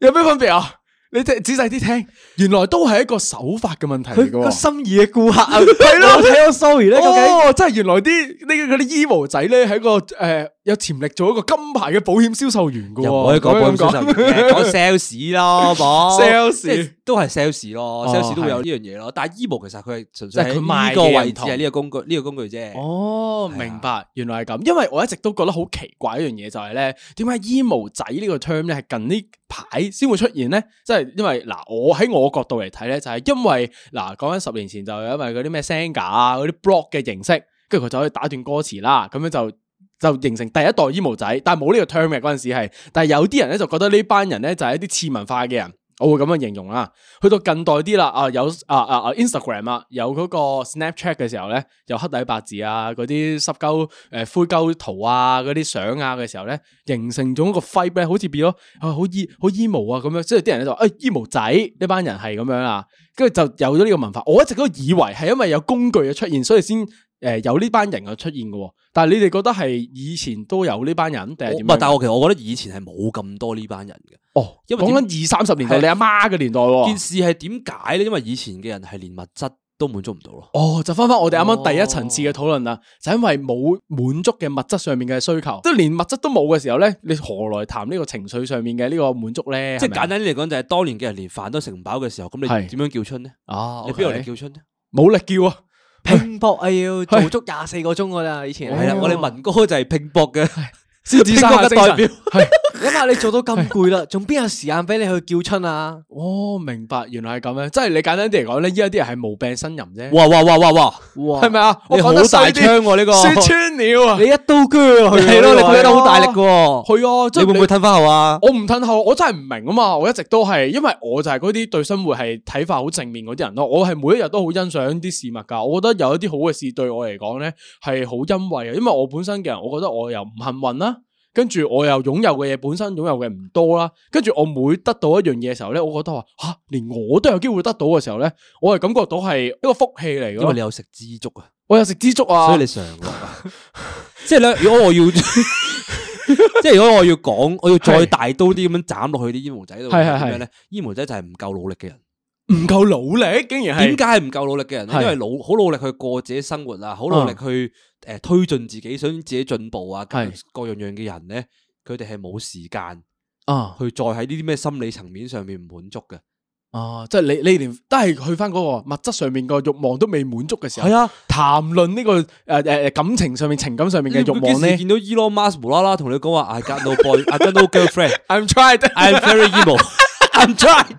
S2: 有咩分別啊？你仔仔細啲聽，原來都係一個手法嘅問題嚟嘅
S4: 佢個
S2: 喎。
S4: 心儀嘅顧客啊，
S2: 係咯
S4: 我睇我 story 咧，究 竟
S2: 哦，真係原來啲呢嗰啲 emo 仔咧，係一個诶有潛力做一個金牌嘅保險銷售員嘅喎。
S3: 又唔可以講保險銷售員 嘅，講 sales 啦，好冇
S2: Sales
S3: 即係都係 sales 咯
S2: 哦
S3: ，sales 都會有呢樣嘢咯。但係 emo 其實佢係純粹
S2: 即係佢
S3: 喺呢
S2: 賣嘅
S3: 個
S2: 嘢
S3: 位
S2: 唔
S3: 置
S2: 同
S3: 係呢個工具呢個工具啫。
S2: 哦，
S3: 係啊
S2: 明白，原來係咁，因為我一直都覺得好奇怪一樣嘢就係咧，點解 emo 仔呢個 term 咧係近呢排先會出現咧？即係因為嗱，我喺我角度嚟睇咧，就係因為嗱講緊十年前就係因為嗰啲咩 Senga 啊嗰啲 blog 嘅形式，跟住佢就可以打斷歌詞啦，咁樣就。就形成第一代 emo 仔，但係冇呢個 term 嘅嗰陣時係，但係有啲人咧就覺得呢班人咧就係一啲次文化嘅人，我會咁樣形容啦。去到近代啲啦，啊有啊啊啊 Instagram 啊，有嗰個 Snapchat 嘅時候咧，有黑底白字啊，嗰啲濕鳩誒灰鳩圖啊，嗰啲相啊嘅時候咧，形成咗一個 f i b e 咧，好似變咗啊好 e 好 emo 啊咁樣，即係啲人咧就誒 emo 仔呢班人係咁樣啊，跟住就有咗呢個文化。我一直都以為係因為有工具嘅出現，所以先。誒有呢班人嘅出現嘅喎，但係你哋覺得係以前都有呢班人定係
S3: 我唔
S2: 點樣
S3: 係，
S2: 嘅？
S3: 但係我其實我覺得以前係冇咁多呢班人嘅。
S2: 哦，
S3: 因為
S2: 講緊二三十年代，
S3: 係啊
S2: 你阿媽嘅年代喎。
S3: 件事係點解咧？因為以前嘅人係連物質都滿足唔到咯。
S2: 哦，就翻翻我哋啱啱第一層次嘅討論啦，就因為冇滿足嘅物質上面嘅需求，哦即係連物質都冇嘅時候咧，你何來談呢個情緒上面嘅呢個滿足咧？
S3: 即係
S2: 係咪啊
S3: 簡單啲嚟講，就係當年嘅人連飯都食唔飽嘅時候，咁你
S2: 係
S3: 點樣叫春呢？
S2: 啊，
S3: 你邊度嚟叫春呢？
S2: 冇力叫啊？
S4: 拼搏哎要做足廿四個鐘噶啦，以前
S2: 哦
S3: 係啦，我哋文哥就係拼搏嘅，
S2: 獅 子山嘅
S3: 拼搏嘅代
S2: 代表
S3: 表。
S2: 係
S4: 諗下你做到咁攰啦，仲邊有時間俾你去叫春啊？
S2: 哦，明白，原來係咁樣，即係你簡單啲嚟講咧，依家啲人係無病呻吟啫，
S3: 哇哇哇哇哇！
S4: 哇
S2: 係咪啊？我
S3: 你好
S2: 講得
S3: 大
S2: 衰啲，
S3: 槍喎呢個，
S2: 説穿了啊
S4: 你！一刀鋸落去喎，
S3: 係咯，你
S4: 呢個
S3: 覺
S4: 位
S3: 得好大力嘅喎。
S2: 係啊，即
S3: 你
S2: 係
S3: 會唔會吞翻後啊？
S2: 我唔褪後，我真係唔明啊嘛！我一直都係，因為我就係嗰啲對生活係睇法好正面嗰啲人咯。我係每一日都好欣賞啲事物㗎。我覺得有一啲好嘅事對我嚟講咧係好欣慰嘅，啊因為我本身嘅人，我覺得我又唔幸運啦。跟住我又擁有嘅嘢本身擁有嘅唔多啦，跟住我每得到一樣嘢嘅時候咧，我覺得話吓、連我都有機會得到嘅時候咧，我係感覺到係一個福氣嚟
S3: 因為
S2: 嘅
S3: 你
S2: 咯。
S3: 有食枝竹啊，
S2: 我有食枝竹啊，
S3: 所以你上落啊。 即係咧，如果我 要，即係如果我要講，我要再
S2: 係
S3: 大刀啲咁樣斬落去啲煙毛仔度，
S2: 係係係
S3: 點樣咧？煙毛仔就係唔夠努力嘅人。
S2: 唔夠努力，竟然
S3: 點
S2: 係
S3: 解係唔夠努力嘅人咧？
S2: 係
S3: 因為努好努力去過自己生活啊，好努力去诶、呃推進自己，想自己進步啊，各
S2: 係
S3: 樣樣嘅人咧，佢哋係冇時間
S2: 啊
S3: 去再喺呢啲咩心理層面上面唔滿足嘅。
S2: 啊！即係你你連都係去翻嗰個物質上面個慾望都未滿足嘅時候，
S3: 係啊，
S2: 談論呢個诶诶诶感情上面、情感上 面嘅慾
S3: 你
S2: 望
S3: 幾時
S2: 咧
S3: 見到 Elon Musk 無啦啦同你講話，I got no boy，I got no girlfriend，I'm
S2: ，I'm tried，
S3: very emo，I'm tried。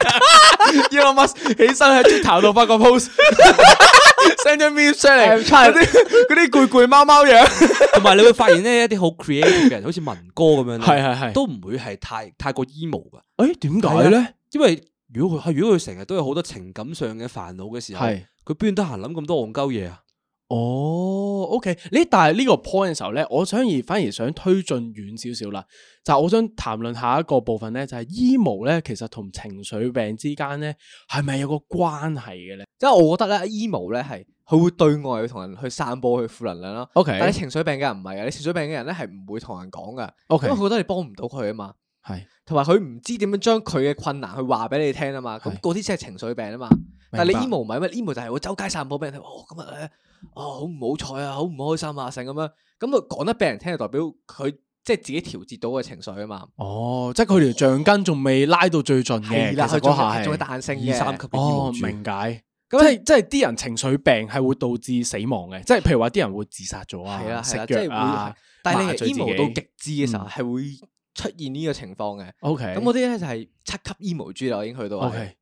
S2: Elon Musk 起身喺 Twitter 度發個 post，send 張 meme 出嚟，
S4: I'm tried
S2: 嗰啲嗰啲攰攰貓貓樣，
S3: 同埋你會發現咧，一啲好 creative 嘅人，好似文哥咁樣呢，
S2: 係係係
S3: 都唔會係太太過 emo 噶，
S2: 诶，點
S3: 解
S2: 解咧？
S3: 因為如果佢如果佢成日都有好多情感上嘅煩惱嘅時候，
S2: 係
S3: 佢邊得閒諗咁多戇鳩嘢啊？
S2: 哦，OK，呢但係呢個 point 嘅時候咧，我想而反而想推進遠少少啦，就係我想談論下一個部分咧，就係 emo 咧，其實同情緒病之間咧係咪有個關係嘅咧？
S4: 即係我覺得咧，emo 咧係佢會對外去同人去散播佢負能量啦。
S2: OK
S4: 但係你情緒病嘅人唔係嘅，你情緒病嘅人咧係唔會同人講噶
S2: OK
S4: 因為佢覺得你幫唔到佢啊嘛，
S2: 系
S4: 同埋佢唔知點樣將佢嘅困難去話俾你聽啊嘛，咁
S2: 係
S4: 嗰啲先係情緒病啊嘛。
S2: 白
S4: 但係你 emo 唔係咩？emo 就係會周街散播俾人聽，哦今日咧，哦好唔好彩啊，好唔開心啊，成咁樣，咁佢講得俾人聽就代表佢即係自己調節到嘅情緒啊嘛。
S2: 哦，即系佢条橡筋仲未拉到最尽嘅，
S4: 係啦，
S2: 其
S4: 佢
S2: 實嗰
S4: 仲有
S2: 下
S4: 仲有
S2: 係
S4: 彈性嘅。
S3: 二三級嘅
S2: 哦，
S3: 腰
S2: 明解。
S4: 咁
S2: 咁即系即系啲人情緒病係會導致死亡嘅，即係譬如話啲人會自殺咗
S4: 係啦
S2: 啊，
S4: 係
S2: 食
S4: 啦，即係
S2: 藥
S4: 會
S2: 啊
S4: 係，。但係
S2: 麻醉
S4: 你
S2: 自己
S4: emo 到極致嘅時候，
S2: 嗯
S4: 係會出現呢個情況嘅。
S2: O K，
S4: 咁嗰啲咧就係七級 emo 豬啦，我已經去到係。
S2: O K，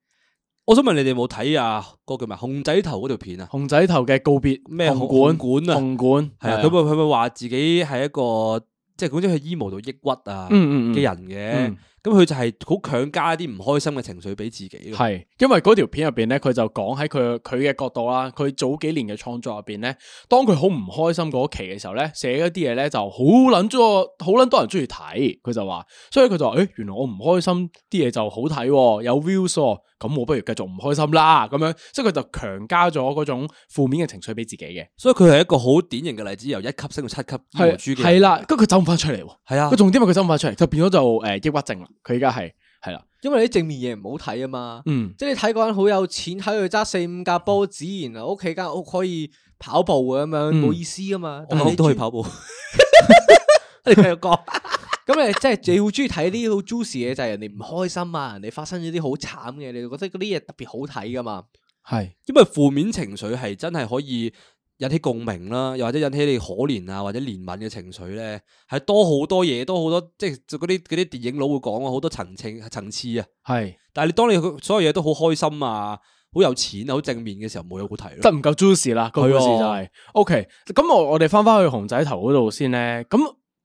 S3: 我想問你哋有冇睇啊？嗰個叫咩？熊仔頭嗰條片啊？
S2: 熊仔頭嘅告別
S3: 咩
S2: 紅
S3: 紅
S2: 館
S3: 館啊
S2: 紅館
S3: 係啊，佢咪佢咪話自己係一個即係總之佢 emo 到抑鬱啊
S2: 嗯嗯嗯
S3: 嘅人
S2: 嗯
S3: 嘅，咁佢就係好強加一啲唔開心嘅情緒俾自己咯。
S2: 係，因為嗰條片入邊咧，佢就講喺佢佢嘅角度啦，佢早幾年嘅創作入邊咧，當佢好唔開心嗰期嘅時候咧，寫一啲嘢咧就好撚咗，好撚多人中意睇，佢就話，所以佢就話，誒、原來我唔開心啲嘢就好睇喎，有 views 喎，咁我不如繼續唔開心啦，咁樣，即係佢就強加咗嗰種負面嘅情緒俾自己嘅，
S3: 所以佢係一個好典型嘅例子，由一級升到七級 emo 豬嘅。
S2: 係啦，，跟住佢走唔翻出嚟喎，
S3: 係啊
S2: 佢，重點係佢走唔翻出嚟，就變咗就誒、抑鬱症啦，佢而家係係啦，
S4: 因為你啲正面嘢唔好睇啊嘛。
S2: 嗯。
S4: 即係你睇嗰人好有錢，睇佢揸四五架波子，然後屋企間屋可以跑步嘅咁樣，
S2: 嗯
S4: 冇意思噶嘛。
S3: 我
S4: 但係
S3: 諗
S4: 你
S3: 都可以
S4: 中
S3: 跑步。你繼續講。
S4: 咁你即係你好中意睇啲好 juicy 嘢，就係人哋唔開心啊，人哋發生咗啲好慘嘅，你就覺得嗰啲嘢特別好睇噶嘛。
S2: 係
S3: 因為負面情緒係真係可以引起共鳴啦，又或者引起你可憐啊或者憐憫嘅情緒咧，係多好多嘢，多好多即係嗰啲嗰啲電影佬會講啊，好多層情層次啊。
S2: 係，
S3: 但係你當你所有嘢都好開心啊，好有錢啊，好正面嘅時候，冇嘢好睇
S2: 得
S3: 咯。
S2: 唔夠 juicy 啦，個故事就係、OK。咁我我哋翻翻去熊仔頭嗰度先咧。咁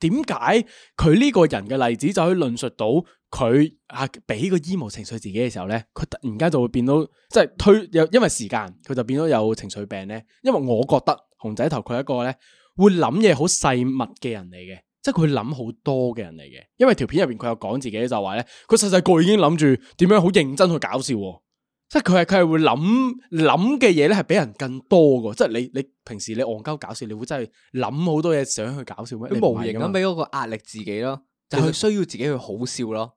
S2: 點解佢呢個人嘅例子就可以論述到佢啊俾個 emo 情緒自己嘅時候咧，佢突然間就會變到即係推有因為時間佢就變咗有情緒病咧。因為我覺得熊仔頭佢係一個咧會諗嘢好細密嘅人嚟嘅。即係佢諗好多嘅人嚟嘅，因為條片入邊佢有講自己就話咧，佢細細個已經諗住點樣好認真去搞笑喎，即係佢係佢係會諗諗嘅嘢咧，係比人更多噶。即係你你平時你戇鳩搞笑，你會真係諗好多嘢想去搞笑咩？
S4: 佢
S2: 你唔係
S4: 無形
S2: 㗎
S4: 咁
S2: 嘛
S4: 俾嗰個壓力自己咯，就係佢需要自己去好笑咯。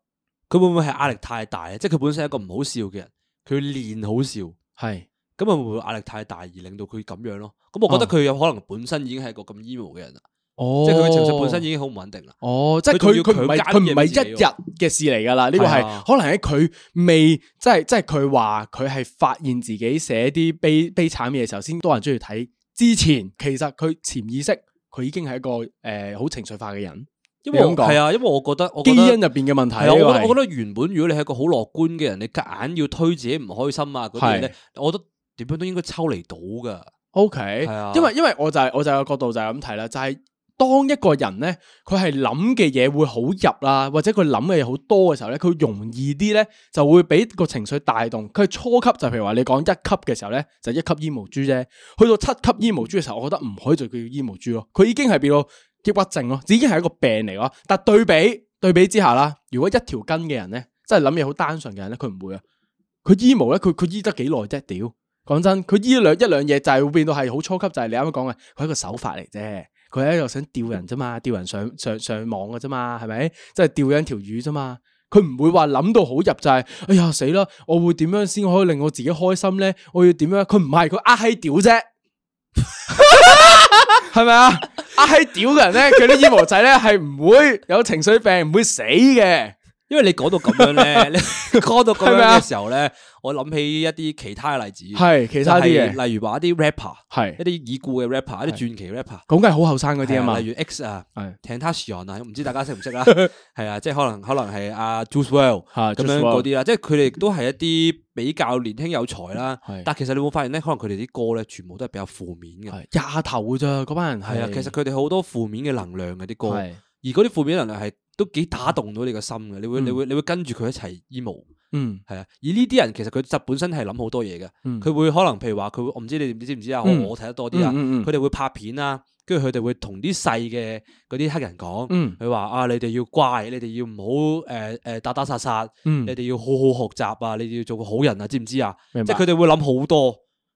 S3: 佢會唔會係壓力太大啊咧？即係佢本身係一個唔好笑嘅人，佢要練好笑，
S2: 係
S3: 咁啊會唔會壓力太大而令到佢咁樣咯？咁我覺得佢有可能本身已經係個咁 emo 嘅人啦，
S2: 啊哦
S3: 即係佢嘅情緒本身已經好唔穩定啦。
S2: 哦，即係
S3: 佢仲
S2: 佢
S3: 要
S2: 佢唔係
S3: 強
S2: 佢
S3: 姦
S2: 唔係
S3: 自己喎
S2: 一日嘅事嚟㗎啦。呢個
S3: 係啊
S2: 係可能喺佢未即係即係佢話佢係發現自己寫啲悲悲慘嘢嘅時候，先多人中意睇。之前其實佢潛意識佢已經係一個呃誒好、情緒化嘅人，
S3: 因為我
S2: 你咁講
S3: 係啊，因為我覺得我
S2: 基
S3: 覺
S2: 因
S3: 得
S2: 入邊嘅問題。
S3: 係啊，
S2: 呢個
S3: 我覺
S2: 係
S3: 得我覺得原本如果你係一個好樂觀嘅人，你夾硬要推自己唔開心啊嗰啲嘢咧，我覺得點樣都應該抽離到噶。
S2: O K，
S3: 啊
S2: 因為因為我就係、我就有個角度就係咁睇啦，就係、當一個人咧，佢係諗嘅嘢會好入啦，或者佢諗嘅嘢好多嘅時候咧，佢容易啲咧就會俾個情緒帶動。佢初級就譬如話你講一級嘅時候咧，就一級煙毛豬啫，去到七級煙毛豬嘅時候，我覺得唔可以再叫煙毛豬咯，佢已經係變到抑鬱症咯，已經係一個病嚟咯。但對比對比之下啦，如果一條筋嘅人咧，真係諗嘢好單純嘅人咧，佢唔會啊。佢醫毛咧，佢佢醫得幾耐啫？屌，講真，佢醫兩一兩嘢就係會變到係好初級，就係、你啱啱講嘅，佢係一個手法嚟啫。佢喺度想吊人啫嘛，吊人上上上網嘅啫嘛，係咪？即係吊緊條魚啫嘛。佢唔會話諗到好入就係、哎呀死啦！我會點樣先可以令我自己開心咧？我要點樣？佢唔係佢呃閪屌啫， 係咪啊？呃閪屌嘅人咧，佢啲醫毛仔咧係唔會有情緒病，唔會死嘅。
S3: 因為你講到咁樣咧， 你講到咁
S2: 係咪
S3: 樣
S2: 啊
S3: 嘅時候咧，我諗起一啲其他嘅例子，
S2: 係其他啲嘢
S3: 就係例如話一啲 rapper，
S2: 係
S3: 一啲已故嘅 rapper，一啲傳奇 rapper。
S2: 講緊係好後生嗰啲啊
S3: 係
S2: 嘛。
S3: 例如 X 啊
S2: 係
S3: ，Tentacion 啊，唔知大家識唔識 啦？係啊，即係可能可能係阿 Juice World 咁
S2: 係 Juice
S3: 樣
S2: WRLD
S3: 嗰啲啦，即係佢哋都係一啲比較年輕有才啦
S2: 係。
S3: 但其實你有冇發現咧，可能佢哋啲歌咧，全部都係比較負面嘅。
S2: 系廿頭嘅咋，嗰班人係
S3: 係啊，其實佢哋好多負面嘅能量嘅啲歌，
S2: 係
S3: 而嗰啲負面能量係都幾打動到你個心嘅，你會你會你會跟住佢一齊 emo，
S2: 嗯
S3: 係啊。而呢啲人其實佢就本身係諗好多嘢嘅，
S2: 嗯
S3: 佢會可能譬如話佢會，我唔知你哋知唔知啊？我
S2: 嗯
S3: 我睇得多啲啊，
S2: 嗯嗯嗯
S3: 佢哋會拍片啊，跟住佢哋會同啲細嘅嗰啲黑人講
S2: 嗯，
S3: 佢話啊，你哋要乖，你哋要唔好誒誒打打殺殺，
S2: 嗯
S3: 你哋要好好學習啊，你哋要做個好人啊，知唔知啊？即
S2: 明
S3: 係
S2: 白
S3: 佢哋會諗好多。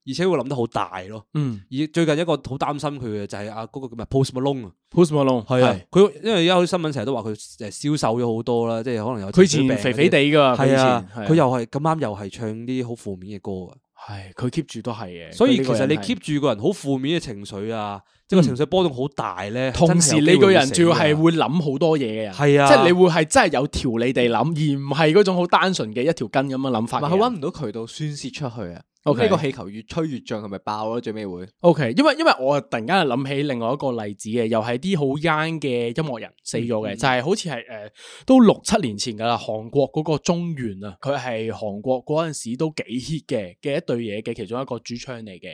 S3: 而且會諗得好大咯。
S2: 嗯
S3: 而最近一個好擔心佢嘅就係啊嗰個叫咩 Post Malone 啊，
S2: ，Post Malone
S3: 係啊
S2: 係，
S3: 佢因為而家好似新聞成日都話佢誒消瘦咗好多啦，即係可能有
S2: 佢以
S3: 情緒病
S2: 前
S3: 嗰啲
S2: 肥肥，地噶，
S3: 係啊，
S2: 以前
S3: 佢又係咁啱又係唱啲好負面嘅歌噶，
S2: 係佢 keep 住都係嘅，
S3: 所以其
S2: 佢呢個
S3: 實
S2: 人
S3: 你
S2: 係嗯
S3: keep 住個人好負面嘅情緒啊，即係個情緒波動好大咧，
S2: 同時
S3: 時
S2: 你個人仲要係會諗好多嘢嘅人，
S3: 係啊
S2: 即係你會係真係有條理地諗，而唔係嗰種好單純嘅一條筋咁樣諗法嘅
S4: 咪
S2: 人。
S4: 佢揾唔到渠道宣泄出去啊！咁
S2: OK
S4: 呢個氣球越吹越脹，係咪爆咯？最尾會
S2: O、k 因為因為我突然間諗起另外一個例子嘅，又係啲好 young 嘅音樂人死咗嘅，就係好似係誒都六七年前㗎啦，韓國嗰個中原啊，佢係韓國嗰陣時都幾 hit 嘅嘅一對嘢嘅其中一個主唱嚟嘅，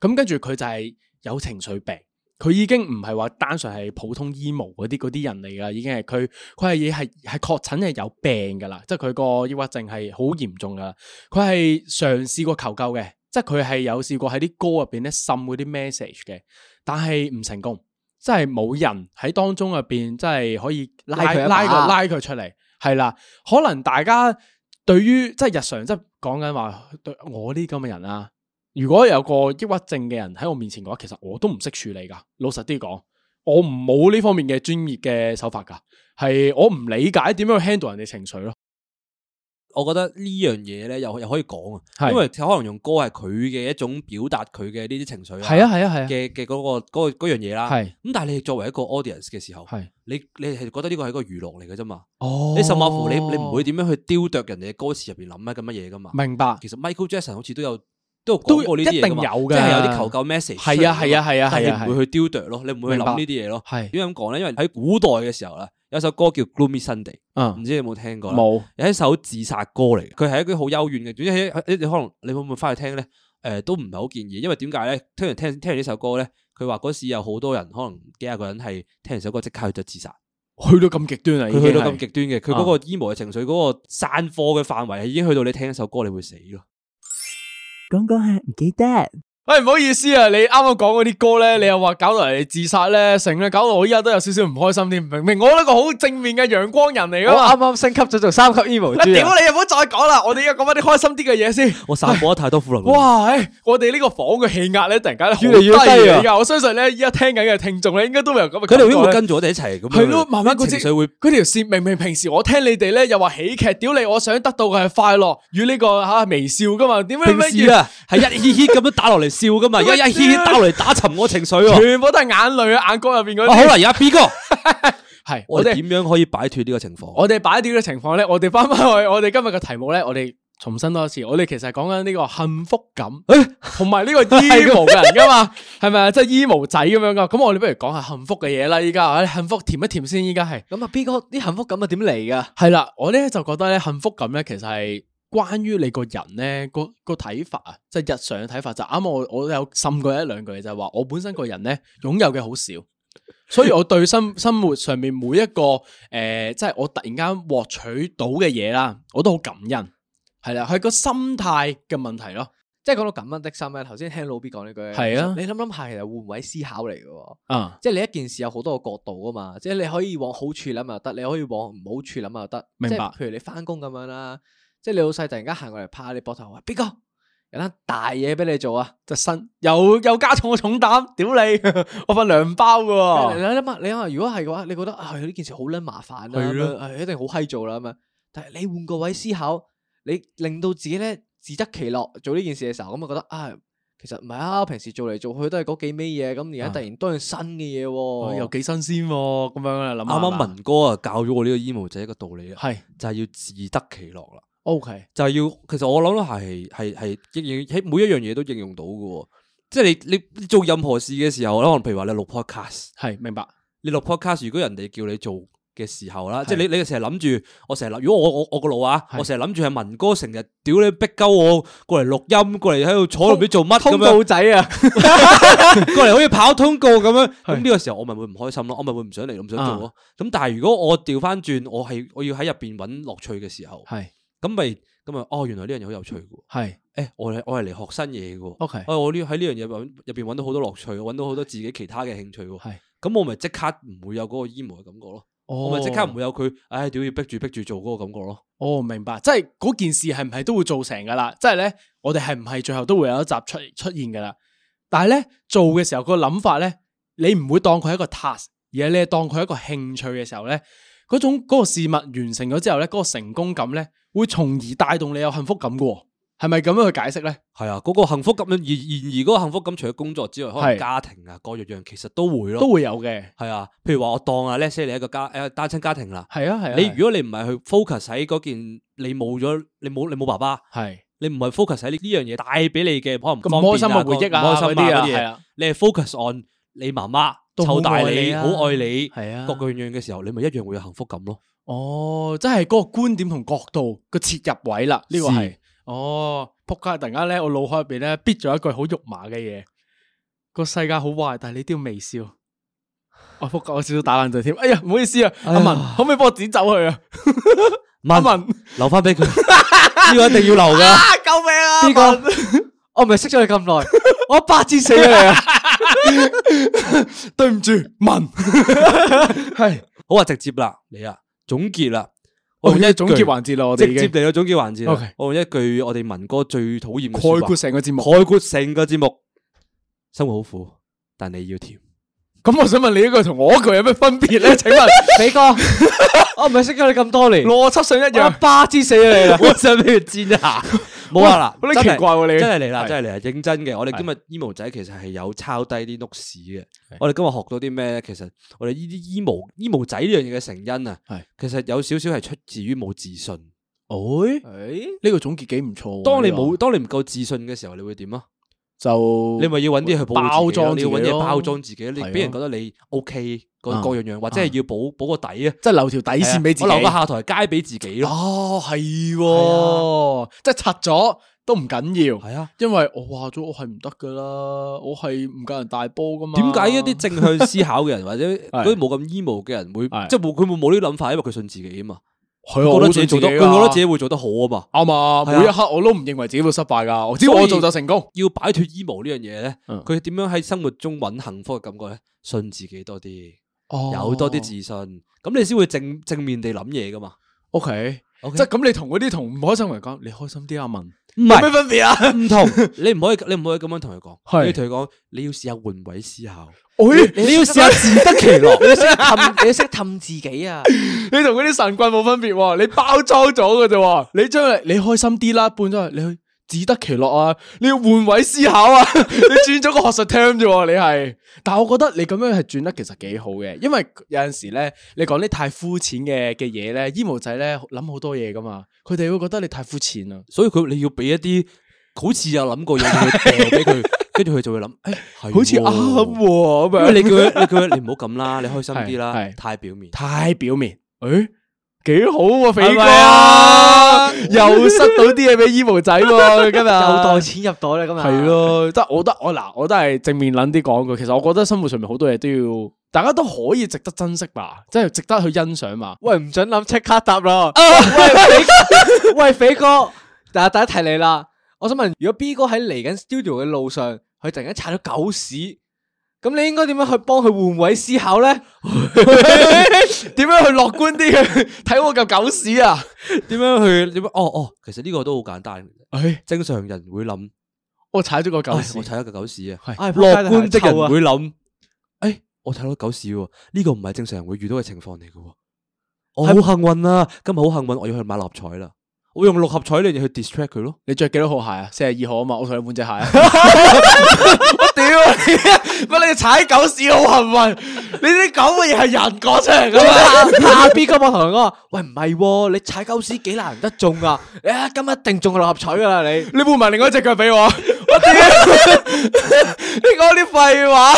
S2: 咁跟住佢就係有情緒病。佢已經唔係話單純係普通 emo 嗰啲嗰啲人嚟㗎啦，已經係佢佢係係係確診係有病㗎啦，即係佢個抑鬱症係好嚴重㗎啦。佢係嘗試過求救嘅，即係佢係有試過喺啲歌入邊咧滲嗰啲 message 嘅，但係唔成功，即係冇人喺當中入邊，即係可以
S4: 拉
S2: 拉
S4: 佢一
S2: 拉
S4: 把
S2: 佢拉佢出嚟，係啦。可能大家對於即係日常即係講緊話對我呢啲咁嘅人啊，如果有個抑鬱症嘅人喺我面前嘅話，其實我都唔識處理噶。老實啲講，我唔冇呢方面嘅專業嘅手法噶，係我唔理解點樣去 handle 人哋情緒咯。
S3: 我覺得呢樣嘢咧，又又可以講啊，
S2: 係
S3: 因為可能用歌係佢嘅一種表達佢嘅呢啲情緒
S2: 係啊，係啊，係
S3: 嘅嘅嗰個嗰個嗰樣嘢啦。
S2: 啊，係
S3: 咁但係你作為一個 audience 嘅時候，
S2: 係。
S3: 你你係覺得呢個係一個娛樂嚟嘅啫嘛？
S2: 哦
S3: 你甚或乎你你唔會點樣去雕琢人哋嘅歌詞入邊諗乜咁乜嘢噶嘛？
S2: 明白，
S3: 其實 Michael Jackson 好似都有都有
S2: 都
S3: 講過呢啲嘢㗎嘛
S2: 一定有㗎
S3: 即係有啲求救 message 出嚟㗎嘛。
S2: 係啊係啊係啊
S3: 但
S2: 係啊
S3: 係你唔會去雕琢咯，你唔會去諗呢啲嘢咯。
S2: 係，
S3: 點解咁講咧？因為喺古代嘅時候啦，有首歌叫 Gloomy Sunday，唔
S2: 嗯，
S3: 知你有冇聽過啦？
S2: 冇，
S3: 有一首自殺歌嚟嘅，佢係一句好幽怨嘅，總之係你你可能你會唔會翻去聽咧？誒、都唔係好建議，因為點解咧？聽完聽聽完呢首歌咧，佢話嗰時有好多人，可能幾廿個人係聽完首歌即刻去咗自殺，
S2: 去到咁極端啦，已
S3: 佢
S2: 經
S3: 去到咁
S2: 係
S3: 極端嘅，佢嗰個 emo 嘅情緒，嗰、個散貨嘅範圍係已經去到你聽一首歌你會死咯。
S5: 講講下唔記得。
S2: 喂，唔好意思啊，你啱啱講嗰啲歌咧，你又話搞到人哋自殺咧，成咧，搞到我依家都有少少唔開心添。明明我呢個好正面嘅陽光人嚟
S4: 我
S2: 噶嘛，
S4: 啱啱升級咗做三級 emo
S2: 啊屌
S4: 豬
S2: 你
S4: 啊！
S2: 又唔好再講啦，我哋而家講翻啲開心啲嘅嘢先。
S3: 我散播得太多負能量。！
S2: 哇！唉我哋呢個房嘅氣壓咧，突然間好
S4: 越嚟越低啊
S2: 嚟㗎我相信咧，依家聽緊嘅聽眾咧，應該都會有咁嘅
S3: 佢
S2: 感覺
S3: 哋
S2: 咧。
S3: 會唔會跟住我哋一齊咁啊樣？
S2: 係咯慢慢嗰
S3: 情
S2: 支
S3: 緒會
S2: 嗰條線明明平時我聽你哋咧，又話喜劇，屌你，我想得到嘅係快樂與呢個吓微笑噶嘛，點解
S3: 平時啊，係一嘻嘻咁樣打落嚟笑噶嘛， 而家一嘻嘻打落嚟打沉我情 緒喎。
S2: 全部都係眼淚啊，眼角入邊嗰
S3: 啊好
S2: 啲。
S3: 啦，而家 B 哥，
S2: 係
S3: 我
S2: 我
S3: 哋
S2: 哋
S3: 點樣可以擺脱呢個情況？
S2: 我哋擺啲嘅情況咧，我哋翻翻去我哋今日嘅題目咧，我哋重新多一次，我哋其實係講緊呢個幸福感，
S3: 哎
S2: 同 埋呢個 emo 嘅人噶嘛，係咪啊？即係 emo 仔咁樣噶，咁我哋不如講下幸福嘅嘢啦，依家唉幸福甜一甜先，依家係。
S4: 咁啊，B 哥啲幸福感啊點嚟噶？
S2: 系啦，我咧就覺得咧幸福感咧，其實係關於你個人咧個個睇法啊，即係日常嘅睇法。就啱我我有滲過一兩句，就係話我本身個人咧擁有嘅好少，所以我對生 生活上面每一個诶、呃即係我突然間獲取到嘅嘢啦，我都好感恩。係啦，係個心態嘅問題咯。
S4: 即係講到感恩的心啊咧，頭先聽老 B 講呢句，
S2: 係啊
S4: 其實你諗諗下，其實換位思考嚟嘅喎。
S2: 啊、
S4: 即係你一件事有好多個角度啊嘛，即係你可以往好處諗又得，你可以往唔好處諗又得。
S2: 明白
S4: 即係譬如你翻工咁樣啦，即係你老細突然間行過嚟拍你膊頭話：，邊個有單大嘢俾你做啊？
S2: 就新又又加重我重擔，屌你！我份糧包噶、
S4: 你諗啊下，你諗下，如果係嘅話，你覺得啊，係呢件事好撚麻煩啦，
S2: 係咯
S4: 咁樣唉一定好閪做啦咁樣。但係你換個位思考，你令到自己咧自得其樂做呢件事嘅時候，咁啊覺得啊，其實唔係啊，平時做嚟做去都係嗰幾味嘢，咁而家突然多樣新嘅 嘢
S2: 啊哦
S4: 喎，
S2: 又幾新鮮喎、咁樣啊，諗下
S3: 啱啱文哥啊教咗我呢個 emo 仔一個道理啊，
S2: 係
S3: 就係要自得其樂啦，
S2: OK
S3: 就係要其實我諗啦係係係應用喺每一樣嘢都應用到嘅喎，即係你你做任何事嘅時候啦，可能譬如話你錄 podcast，
S2: 係明白。
S3: 你錄 podcast 如果人哋叫你做。嘅時候啦，即係你你成日諗住，我成日諗，如果我我我個腦啊，
S2: 係
S3: 我成日諗住係文哥成日屌你逼鳩我過嚟錄音，過嚟喺度坐喺度唔知做乜咁
S4: 通
S3: 樣
S4: 告，仔啊！
S3: 过嚟好似跑通告咁樣，咁呢個時候我咪會唔開心咯，我咪會唔想嚟，唔想做咯。咁但係如果我調翻轉，我係我要喺入边揾樂趣嘅時候，
S2: 係
S3: 咁咪咁咪哦，原來呢樣嘢好有趣嘅喎。
S2: 係
S3: 诶、我係我系嚟學新嘢嘅喎。
S4: 哦
S2: OK
S3: 哎我呢喺呢樣嘢搵入边揾到好多樂趣，揾到好多自己其他嘅興趣喎。
S2: 係
S3: 咁我咪即刻唔會有嗰個 emo 嘅感覺咯。我
S2: 我
S3: 咪即刻唔會有佢，唉，屌要逼住逼住做嗰個感覺咯。
S2: 哦，明白，即系嗰件事系唔系都会做成噶啦？即系咧，我哋系唔系最后都会有一集出出现噶啦？但系咧做嘅时候個諗法咧，你唔會當佢係一個 task，而係你係當佢係一個興趣嘅時候咧，嗰種嗰、個事物完成咗之後咧，嗰、個成功感咧，會從而帶動你有幸福感嘅喎，係咪咁樣去解釋咧？
S3: 係啊，嗰個幸福感，而然而嗰個幸福感，除咗工作之外，可能
S2: 係
S3: 家庭啊，各樣樣其實都會咯。
S2: 都會有嘅，
S3: 係啊，譬如話我當啊 l e 你一個家诶單親家庭啦，
S2: 係啊係啊，
S3: 你如果你唔係去 focus 喺嗰件，你冇咗，你冇你冇爸爸，
S2: 係
S3: 你唔係 focus 喺呢樣嘢帶俾你嘅可能唔
S2: 咁
S3: 方
S2: 開
S3: 便
S2: 心嘅回憶
S3: 唔
S2: 啊
S3: 開
S2: 嗰
S3: 心
S2: 啲
S3: 啊嗰
S2: 啊，
S3: 啲
S2: 係
S3: 嘢，
S2: 啊，
S3: 你係 focus on 你媽媽
S2: 都好
S3: 湊大
S2: 愛你
S3: 你，
S2: 啊
S3: 好愛你，
S2: 係啊
S3: 各樣樣嘅時候，你咪一樣會有幸福感咯。
S2: 哦，即係嗰個觀點同角度個切入位啦，呢個係
S3: 是
S2: 哦，仆街！突然間咧，我腦海入邊咧，逼咗一句好肉麻嘅嘢，個世界好壞，但係你都要微笑。 我仆街，我少少打爛嘴添。哎呀，唔好意思啊，阿
S3: 呀
S2: 文，可唔可以幫我剪走佢啊？阿
S3: 阿
S2: 文，
S3: 留翻俾佢，呢個一定要留 噶。
S4: 呢個
S2: 啊
S4: 我咪識咗你咁耐，我八至四你啊！
S2: 對唔住，文，係
S3: 好啊，直接啦，你啊，總結啦，
S2: 我
S3: 用
S2: 哋
S3: 哦一
S2: 總
S3: 句
S2: 結環節啦，我哋
S3: 直
S2: 已
S3: 接
S2: 經
S3: 嚟到總結環節啦。
S2: OK
S3: 我用一句我哋文哥最討厭嘅
S2: 概
S3: 說話
S2: 括成個節目。
S3: 概括成個節目，生活好苦，但你要甜。
S2: 咁我想問你呢句同我嗰句有咩分別咧？ 請問
S4: 俾哥，我咪識咗你咁多年，
S2: 邏輯上一
S4: 我
S2: 樣。
S4: 八至四你啦。
S3: 我想俾佢煎一 下，冇啊
S2: 哇
S3: 嗱，
S2: 好
S3: 真係
S2: 奇怪喎你
S3: 真係嚟啦，
S2: 係
S3: 真係嚟啦，認真嘅。我哋今日 emo 仔其實係有抄低啲 notes 嘅。我哋今日學到啲咩咧？其實我哋呢啲 emo emo 仔呢樣嘢嘅成因啊
S2: 係，
S3: 其實有少少係出自於冇自信。
S2: 誒，
S4: 誒
S2: 哎呢個總結幾唔錯喎。
S3: 當你
S2: 呢個
S3: 冇當你唔夠自信嘅時候，你會點啊？
S2: 就
S3: 你咪要揾啲去保
S2: 包
S3: 護自己咯
S2: 裝
S3: 你要
S2: 自己
S3: 揾嘢
S2: 咯
S3: 包裝自己，你
S2: 係
S3: 俾人
S2: 咯
S3: 覺得你 OK 各
S2: 啊
S3: 各樣樣，或者係要補補個底啊，
S2: 即係留條底線俾自己。
S3: 我留個下台階俾自己咯。
S2: 哦，係喎，即係拆咗都唔緊要，
S3: 係啊，
S2: 因為我話咗我係唔得噶啦，我係唔夠人大波噶嘛。
S3: 點解一啲正向思考嘅人或者嗰啲
S2: 係
S3: 冇咁 emo 嘅人會
S2: 係
S3: 即係冇佢會冇呢啲諗法，因為佢信自己啊嘛，
S2: 佢
S3: 佢覺得自己做得，佢覺得自己
S2: 己
S3: 會做得好啊嘛。
S2: 啱啊！
S3: 係啊
S2: 每一刻我都唔認為自己會失敗噶，我只要
S3: 所以
S2: 我做就成功。
S3: 要擺脱 emo 呢樣嘢咧，
S2: 嗯
S3: 佢點樣喺生活中揾幸福嘅感覺咧？信自己多啲，
S2: 哦
S3: 有多啲自信，咁你先會正正面地諗嘢噶嘛。
S2: O K，
S3: OK
S2: 即係咁，你同嗰啲同唔開心嘅人講，你開心啲啊，文
S3: 唔
S2: 有
S3: 係
S2: 咩分別啊？
S3: 唔同，你唔可以，你唔可以咁樣同 佢講，
S2: 係
S3: 你要同佢講，你要試下換位思考，
S2: 你
S3: 你要試下自得其樂。
S4: 你識氹，你識氹自己啊！
S2: 你同嗰啲神棍冇分別喎，你包裝咗嘅啫喎，你將嚟你開心啲啦，搬咗去你去自得其樂啊，你要換位思考啊， 你轉咗個學術 term 啫喎，你係，但係我覺得你咁樣係轉得其實幾好嘅，因為有陣時咧，你講啲太膚淺嘅嘅嘢咧，emo 仔咧諗好多嘢噶嘛，佢哋會覺得你太膚淺啊啦，
S3: 所以佢你要俾一啲好似有諗過嘢嘅嘢俾佢， 跟住佢就會諗，誒係
S2: 好似啱
S3: 喎。
S2: 喎咁
S3: 因
S2: 樣，
S3: 為你叫佢，你叫佢，你唔好咁啦，你開心啲
S2: 係
S3: 啦
S2: 係，
S3: 太表面。
S2: 太表面，誒、幾好喎、肥
S3: 係
S2: 哥，
S3: 咪啊
S2: 又塞到啲嘢俾 emo 仔喎，今日
S4: 又袋錢入袋啦，今日
S2: 系。咯，即系我覺得我嗱，我都係正面諗啲講句。其實我覺得生活上面好多嘢都要，大家都可以值得珍惜吧，即係值得去欣賞嘛。
S4: 喂，唔准谂，即刻答
S2: 啊
S4: 啦！喂，肥喂，肥哥，嗱，第一題你啦，我想問，如果 B 哥喺嚟緊 studio 嘅路上，佢突然間踩到狗屎，咁你應該點樣去幫佢換位思 考 咧？
S2: 點樣去樂觀啲嘅？睇我嚿狗屎啊！
S3: 點樣去？點樣？哦哦，其實呢個都好簡單。
S2: 唉，
S3: 正常人會諗，
S2: 我踩咗個
S4: 啊
S2: 狗
S3: 唉哎
S2: 屎
S3: 我，睇到個狗屎啊！
S4: 唉仆街
S3: 樂觀的人
S4: 臭啊
S3: 會諗，誒哎我睇到狗屎喎，呢個唔係正常人會遇到嘅情況嚟嘅喎。我好幸運啊，今日好幸運，我要去買六合彩啦。我用六合彩呢樣嘢去 distract 佢咯。
S2: 你着幾多號鞋啊？四十二號啊嘛，我同你換隻鞋啊！我屌你啊！乜你踩狗屎好幸運？你啲咁嘅嘢係人講出嚟噶嘛？
S4: 阿 B 哥我同佢講話，喂，唔係喎，你踩狗屎幾難得中 啊！你啊，今日一定中六合彩噶啦你。
S2: 你換埋另外一隻腳俾我， 我屌！你講啲 廢話，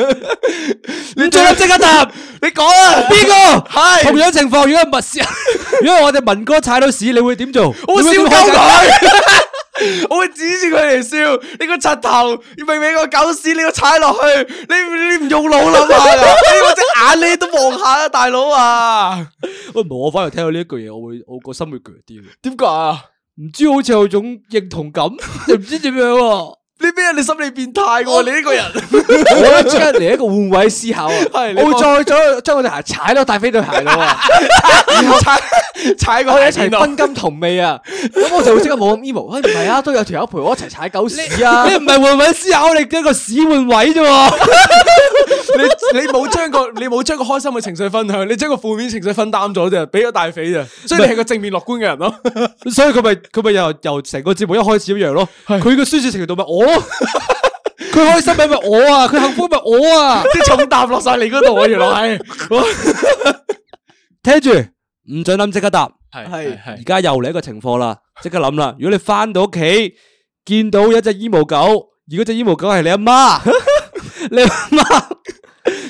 S2: 你
S3: 最
S2: 最
S3: 即刻答，
S2: 你講啊！
S3: 邊個？
S2: 係
S3: 同樣情況，如果係密事，如果係我哋文哥踩到屎，你會點做？
S2: 我會
S3: 你會
S2: 笑鳩
S3: 點開解
S2: 佢，我會指住佢嚟笑。你個柒頭，明明個狗屎，你個踩落去，你你唔用腦諗下噶，你我隻眼你都望下啊，大佬啊！
S3: 喂，唔係我反而聽到呢一句嘢，我會我個心會鋸啲嘅。
S2: 點解啊？
S3: 唔知好似有種認同感，又唔知點樣喎。
S2: 你咩？你心理变态噶，你呢个人
S4: 我一出嚟一個換位思考啊，
S2: 係你
S4: 我會再將將我對鞋踩落大飛對鞋度啊，然後
S2: 踩 踩
S4: 我
S2: 过
S4: 哋一
S2: 鞋
S4: 齊
S2: 面度
S4: 分金同味啊，咁我就會即刻冇咁 emo，喂唔係啊，都有條友陪我一齊踩狗屎啊，
S3: 你唔係換位思考，你一個屎換位啫喎。
S2: 你你冇將個你冇將個開心嘅情緒分享，你將個負面情緒分擔咗啫，俾咗大肥啫，所以你係個正面樂觀嘅人咯。
S3: 所以佢咪佢咪由由成個節目一開始一樣咯，佢嘅宣泄程度咪我咯，佢開心咪咪我啊，佢幸福咪我啊，
S2: 啲重擔落晒你嗰度啊，原來係
S3: 聽住唔准諗即刻答。
S2: 係係
S3: 而家又嚟一個情況啦，即刻諗啦，如果你翻到屋企見到有一隻 emo 狗，而嗰隻 emo 狗係你阿媽， 你阿媽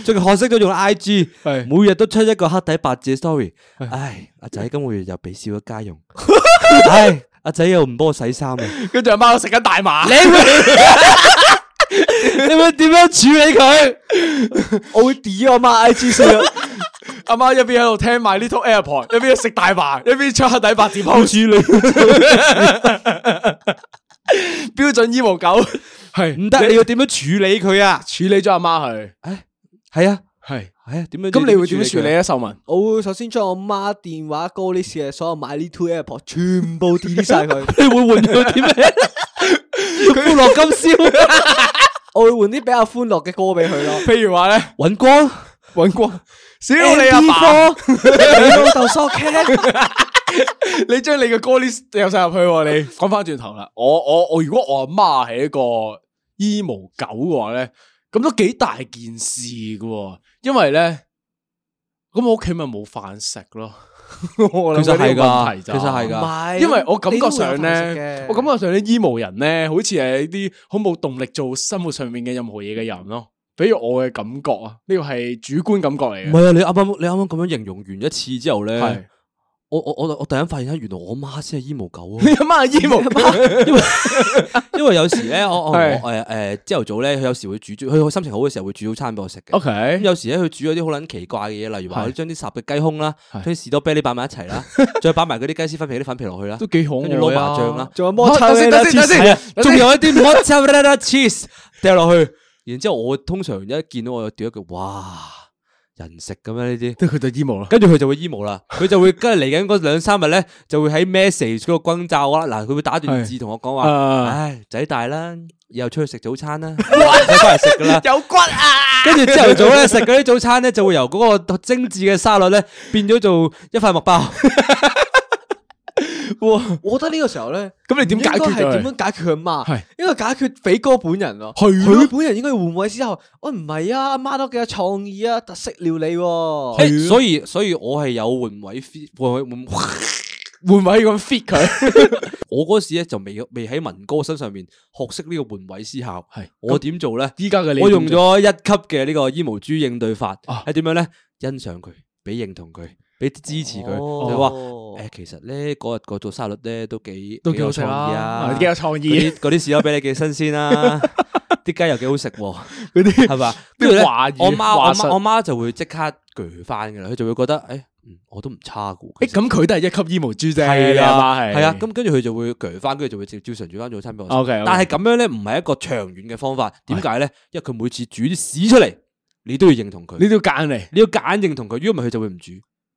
S3: 最近學識咗用 I G，
S2: 係
S3: 每日都出一個黑底白字嘅 story。唉，阿仔今個月又俾少咗家 用，唉，阿仔又唔幫我洗衫啊！
S2: 跟住阿媽食緊大麻，
S3: 你會你會點樣處理佢？
S4: 我會 d 我媽 IG 先啊，
S2: 阿媽一邊喺度聽埋呢套 AirPod，一邊食大麻，一邊出黑底白字 post，
S3: 處 理
S2: 標準 emo 狗係
S3: 唔得，你要點樣處理佢啊？
S2: 處理咗阿媽佢
S3: 係啊，
S2: 係。
S3: 係啊，點樣？
S2: 咁你會點樣處理
S3: 佢啊？
S2: 咧？秀文
S4: 我會首先將我媽電話高呢嘅啊所有買呢 two AirPod 全部 delete 晒 佢，
S3: 你會換佢點咧？歡樂今宵，
S4: 我會換啲比較歡樂嘅歌俾佢咯。
S2: 譬如話咧，
S3: 尹光，
S2: 尹光，少你阿爸，
S3: Andy Four，
S4: 你老豆索 K，
S2: 你將你嘅歌 list 掉晒入去喎。 你講翻轉頭啦，我我我，如果我阿媽係一個 emo 狗嘅話咧，咁都幾大件事嘅喎，因為咧，咁我屋企咪冇飯食咯。我諗
S3: 其實係㗎
S2: 呢個問題咋
S3: 其實係㗎
S4: 唔係，
S2: 因為我感覺上
S4: 你都會有飯食
S2: 咧
S4: 嘅，
S2: 我感覺上咧，emo 人咧，好似係啲好冇動力做生活上面嘅任何嘢嘅人咯。比如我嘅感覺啊，呢個係主觀感覺
S3: 唔
S2: 嚟嘅。
S3: 係啊！你啱啱你啱啱咁樣形容完一次之後
S2: 係
S3: 咧，我我我我突然間發現啊原來我媽先係 emo 狗 啊
S2: 你！阿媽係 emo，
S3: 因為因為有時咧，我我
S2: 係
S3: 誒誒朝頭早咧，佢有時會煮，佢心情好嘅時候會煮早餐俾我食嘅。
S2: OK
S3: 咁有時咧，佢煮咗啲好撚奇怪嘅嘢，例如話佢將啲烚嘅雞胸啦，
S2: 係
S3: 將啲士多啤梨擺埋一齊 啦，再擺埋嗰啲雞絲粉皮啲粉皮落去啦，
S2: 都幾可
S3: 跟住撈
S2: 愛
S3: 麻
S2: 啊！
S3: 醬啦，
S4: 仲有摩
S2: 摩擦
S4: 擦
S2: 力啦黐線
S3: 係啊仲有一啲 mozzarella cheese 掉落去，然之後我通常一見到我就掉一句，哇，人食嘅咩呢啲？
S2: 即係佢就 emo 啦。
S3: 跟住佢就會 emo 啦，佢就會跟住嚟緊嗰兩三日咧，就會喺 message 嗰個轟炸我啦。嗱，佢會打段字同我講話，
S2: 啊
S3: 唉，仔大啦，以後出去食早餐啦，唔使翻嚟食噶啦。
S4: 有骨啊！
S3: 跟住朝頭早咧食嗰啲早餐咧，就會由嗰個精緻嘅沙律咧變咗做一塊麥包。
S4: 我覺得呢個時候咧，
S2: 咁你點解決
S4: 唔應該係
S2: 佢
S4: 點樣解決佢阿媽？
S2: 係
S4: 應該解決肥哥本人咯。
S2: 係咯
S4: 佢本人應該要換位思考。喂，唔係啊，阿媽都幾有創意啊，特色料 理喎。
S3: 誒 所以所以我係有換位 feel，換位換
S2: 會唔會咁 fit 佢？
S3: 我嗰時咧就未未喺文哥身上面學識呢個換位思考。
S2: 係
S3: 我點做咧？
S2: 依家嘅你
S3: 我用咗一級嘅呢個 emo 豬應對法，
S2: 啊
S3: 係點樣咧？欣賞佢，俾認同佢，俾支持佢，
S4: 哦
S3: 就話誒，其實咧嗰日嗰做沙律咧都幾
S2: 都
S3: 幾
S2: 幾
S3: 有
S2: 好食
S3: 創
S2: 啦
S3: 意啊，
S2: 幾有創
S3: 嗰
S2: 意
S3: 啲。嗰啲士多俾你幾新鮮啦， 啲雞又幾好食喎，
S2: 嗰啲
S3: 係嘛？跟住咧，
S2: 華語
S3: 我媽
S2: 華
S3: 我
S2: 術
S3: 媽我媽就會即刻鋸翻㗎啦，佢就會覺得誒，嗯我都唔差㗎喎。
S2: 誒，咁佢都係一級 emo 豬啫。你
S3: 系
S2: 阿
S3: 啊，
S2: 媽係
S3: 係啊，咁跟住佢就會鋸翻，跟住就會照照常煮翻早餐俾我食。
S2: OK，OK
S3: 但係咁樣咧，唔係一個長遠嘅方法。點解咧？因為佢每次煮啲屎出嚟，你都要認同佢，
S2: 你
S3: 你
S2: 都要揀嚟。
S3: 要夾硬認同佢，如果唔係佢就會唔煮。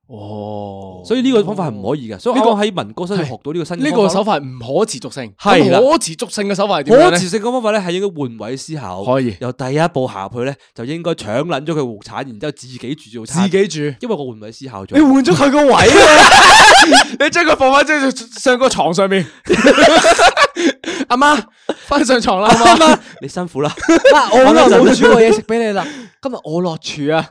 S2: 哦
S3: 所以呢個方法係唔可以嘅。所以
S2: 呢
S3: 我
S2: 個
S3: 喺文哥身上學到呢個新
S2: 呢
S3: 個
S2: 個手法唔可持續性，
S3: 係啦
S2: 咁可持續性嘅手法係點樣
S3: 可
S2: 咧
S3: 持？續嘅方法咧，係應該換位思考。
S2: 可以
S3: 由第一步下去咧，就應該搶撚咗佢鑊產，然之後自己煮早
S2: 自
S3: 餐。
S2: 己哎煮。
S3: 因為我換位思考咗。
S2: 換咗佢個位啊！ 你將佢放翻張上個床上 面。阿媽，翻上床啦，阿媽。
S3: 你辛 苦啦，
S4: 嗱，我好耐冇煮過嘢食俾你啦，今日我落廚啊！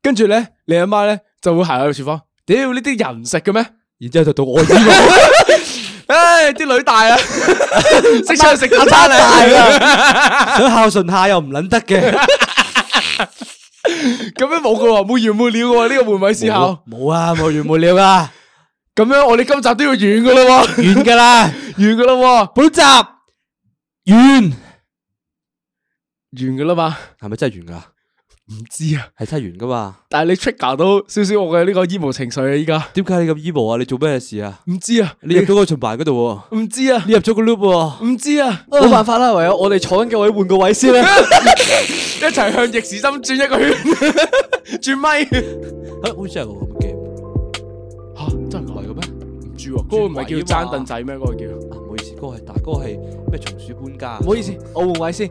S2: 跟住咧，你阿媽咧就會行入廚房。屌呢啲人食嘅咩？
S3: 然之後就到我呢個。
S2: 唉，啲女 大啊，識出去食早餐
S3: 係
S2: 啊！
S3: 啊想孝順下又唔撚得嘅，
S2: 咁樣冇噶喎，冇完冇了噶喎，呢個換位思考。
S3: 冇啊，冇完冇了噶，
S2: 咁樣我哋今集都要完噶啦喎，
S3: 完噶啦，
S2: 完噶啦
S3: 本集完
S2: 喎，完噶啦嘛。
S3: 係咪真係完噶？
S2: 唔知啊，
S3: 系七元噶嘛？
S2: 但系你 trigger 到少少我嘅呢个 emo 情绪啊，依家
S3: 点解你咁 emo 啊？你做咩事啊？
S2: 唔知啊，
S3: 你入咗个循环嗰度喎，
S2: 唔知啊，
S3: 你入咗个 loop 喎，
S2: 唔知啊，
S4: 冇辦法啦，唯有我哋坐緊嘅位換個位先啦。
S2: 一齐向逆时针转一个圈， 转咪
S3: 啊好似系我咁嘅 game，
S2: 吓，真系
S3: 唔
S2: 咁
S3: 系嘅咩？
S2: 唔知喎，嗰个唔系叫争凳仔咩？嗰个叫
S3: 啊，唔好意思，嗰个系大哥系咩松鼠搬家啊？
S4: 唔好意思，我換位先。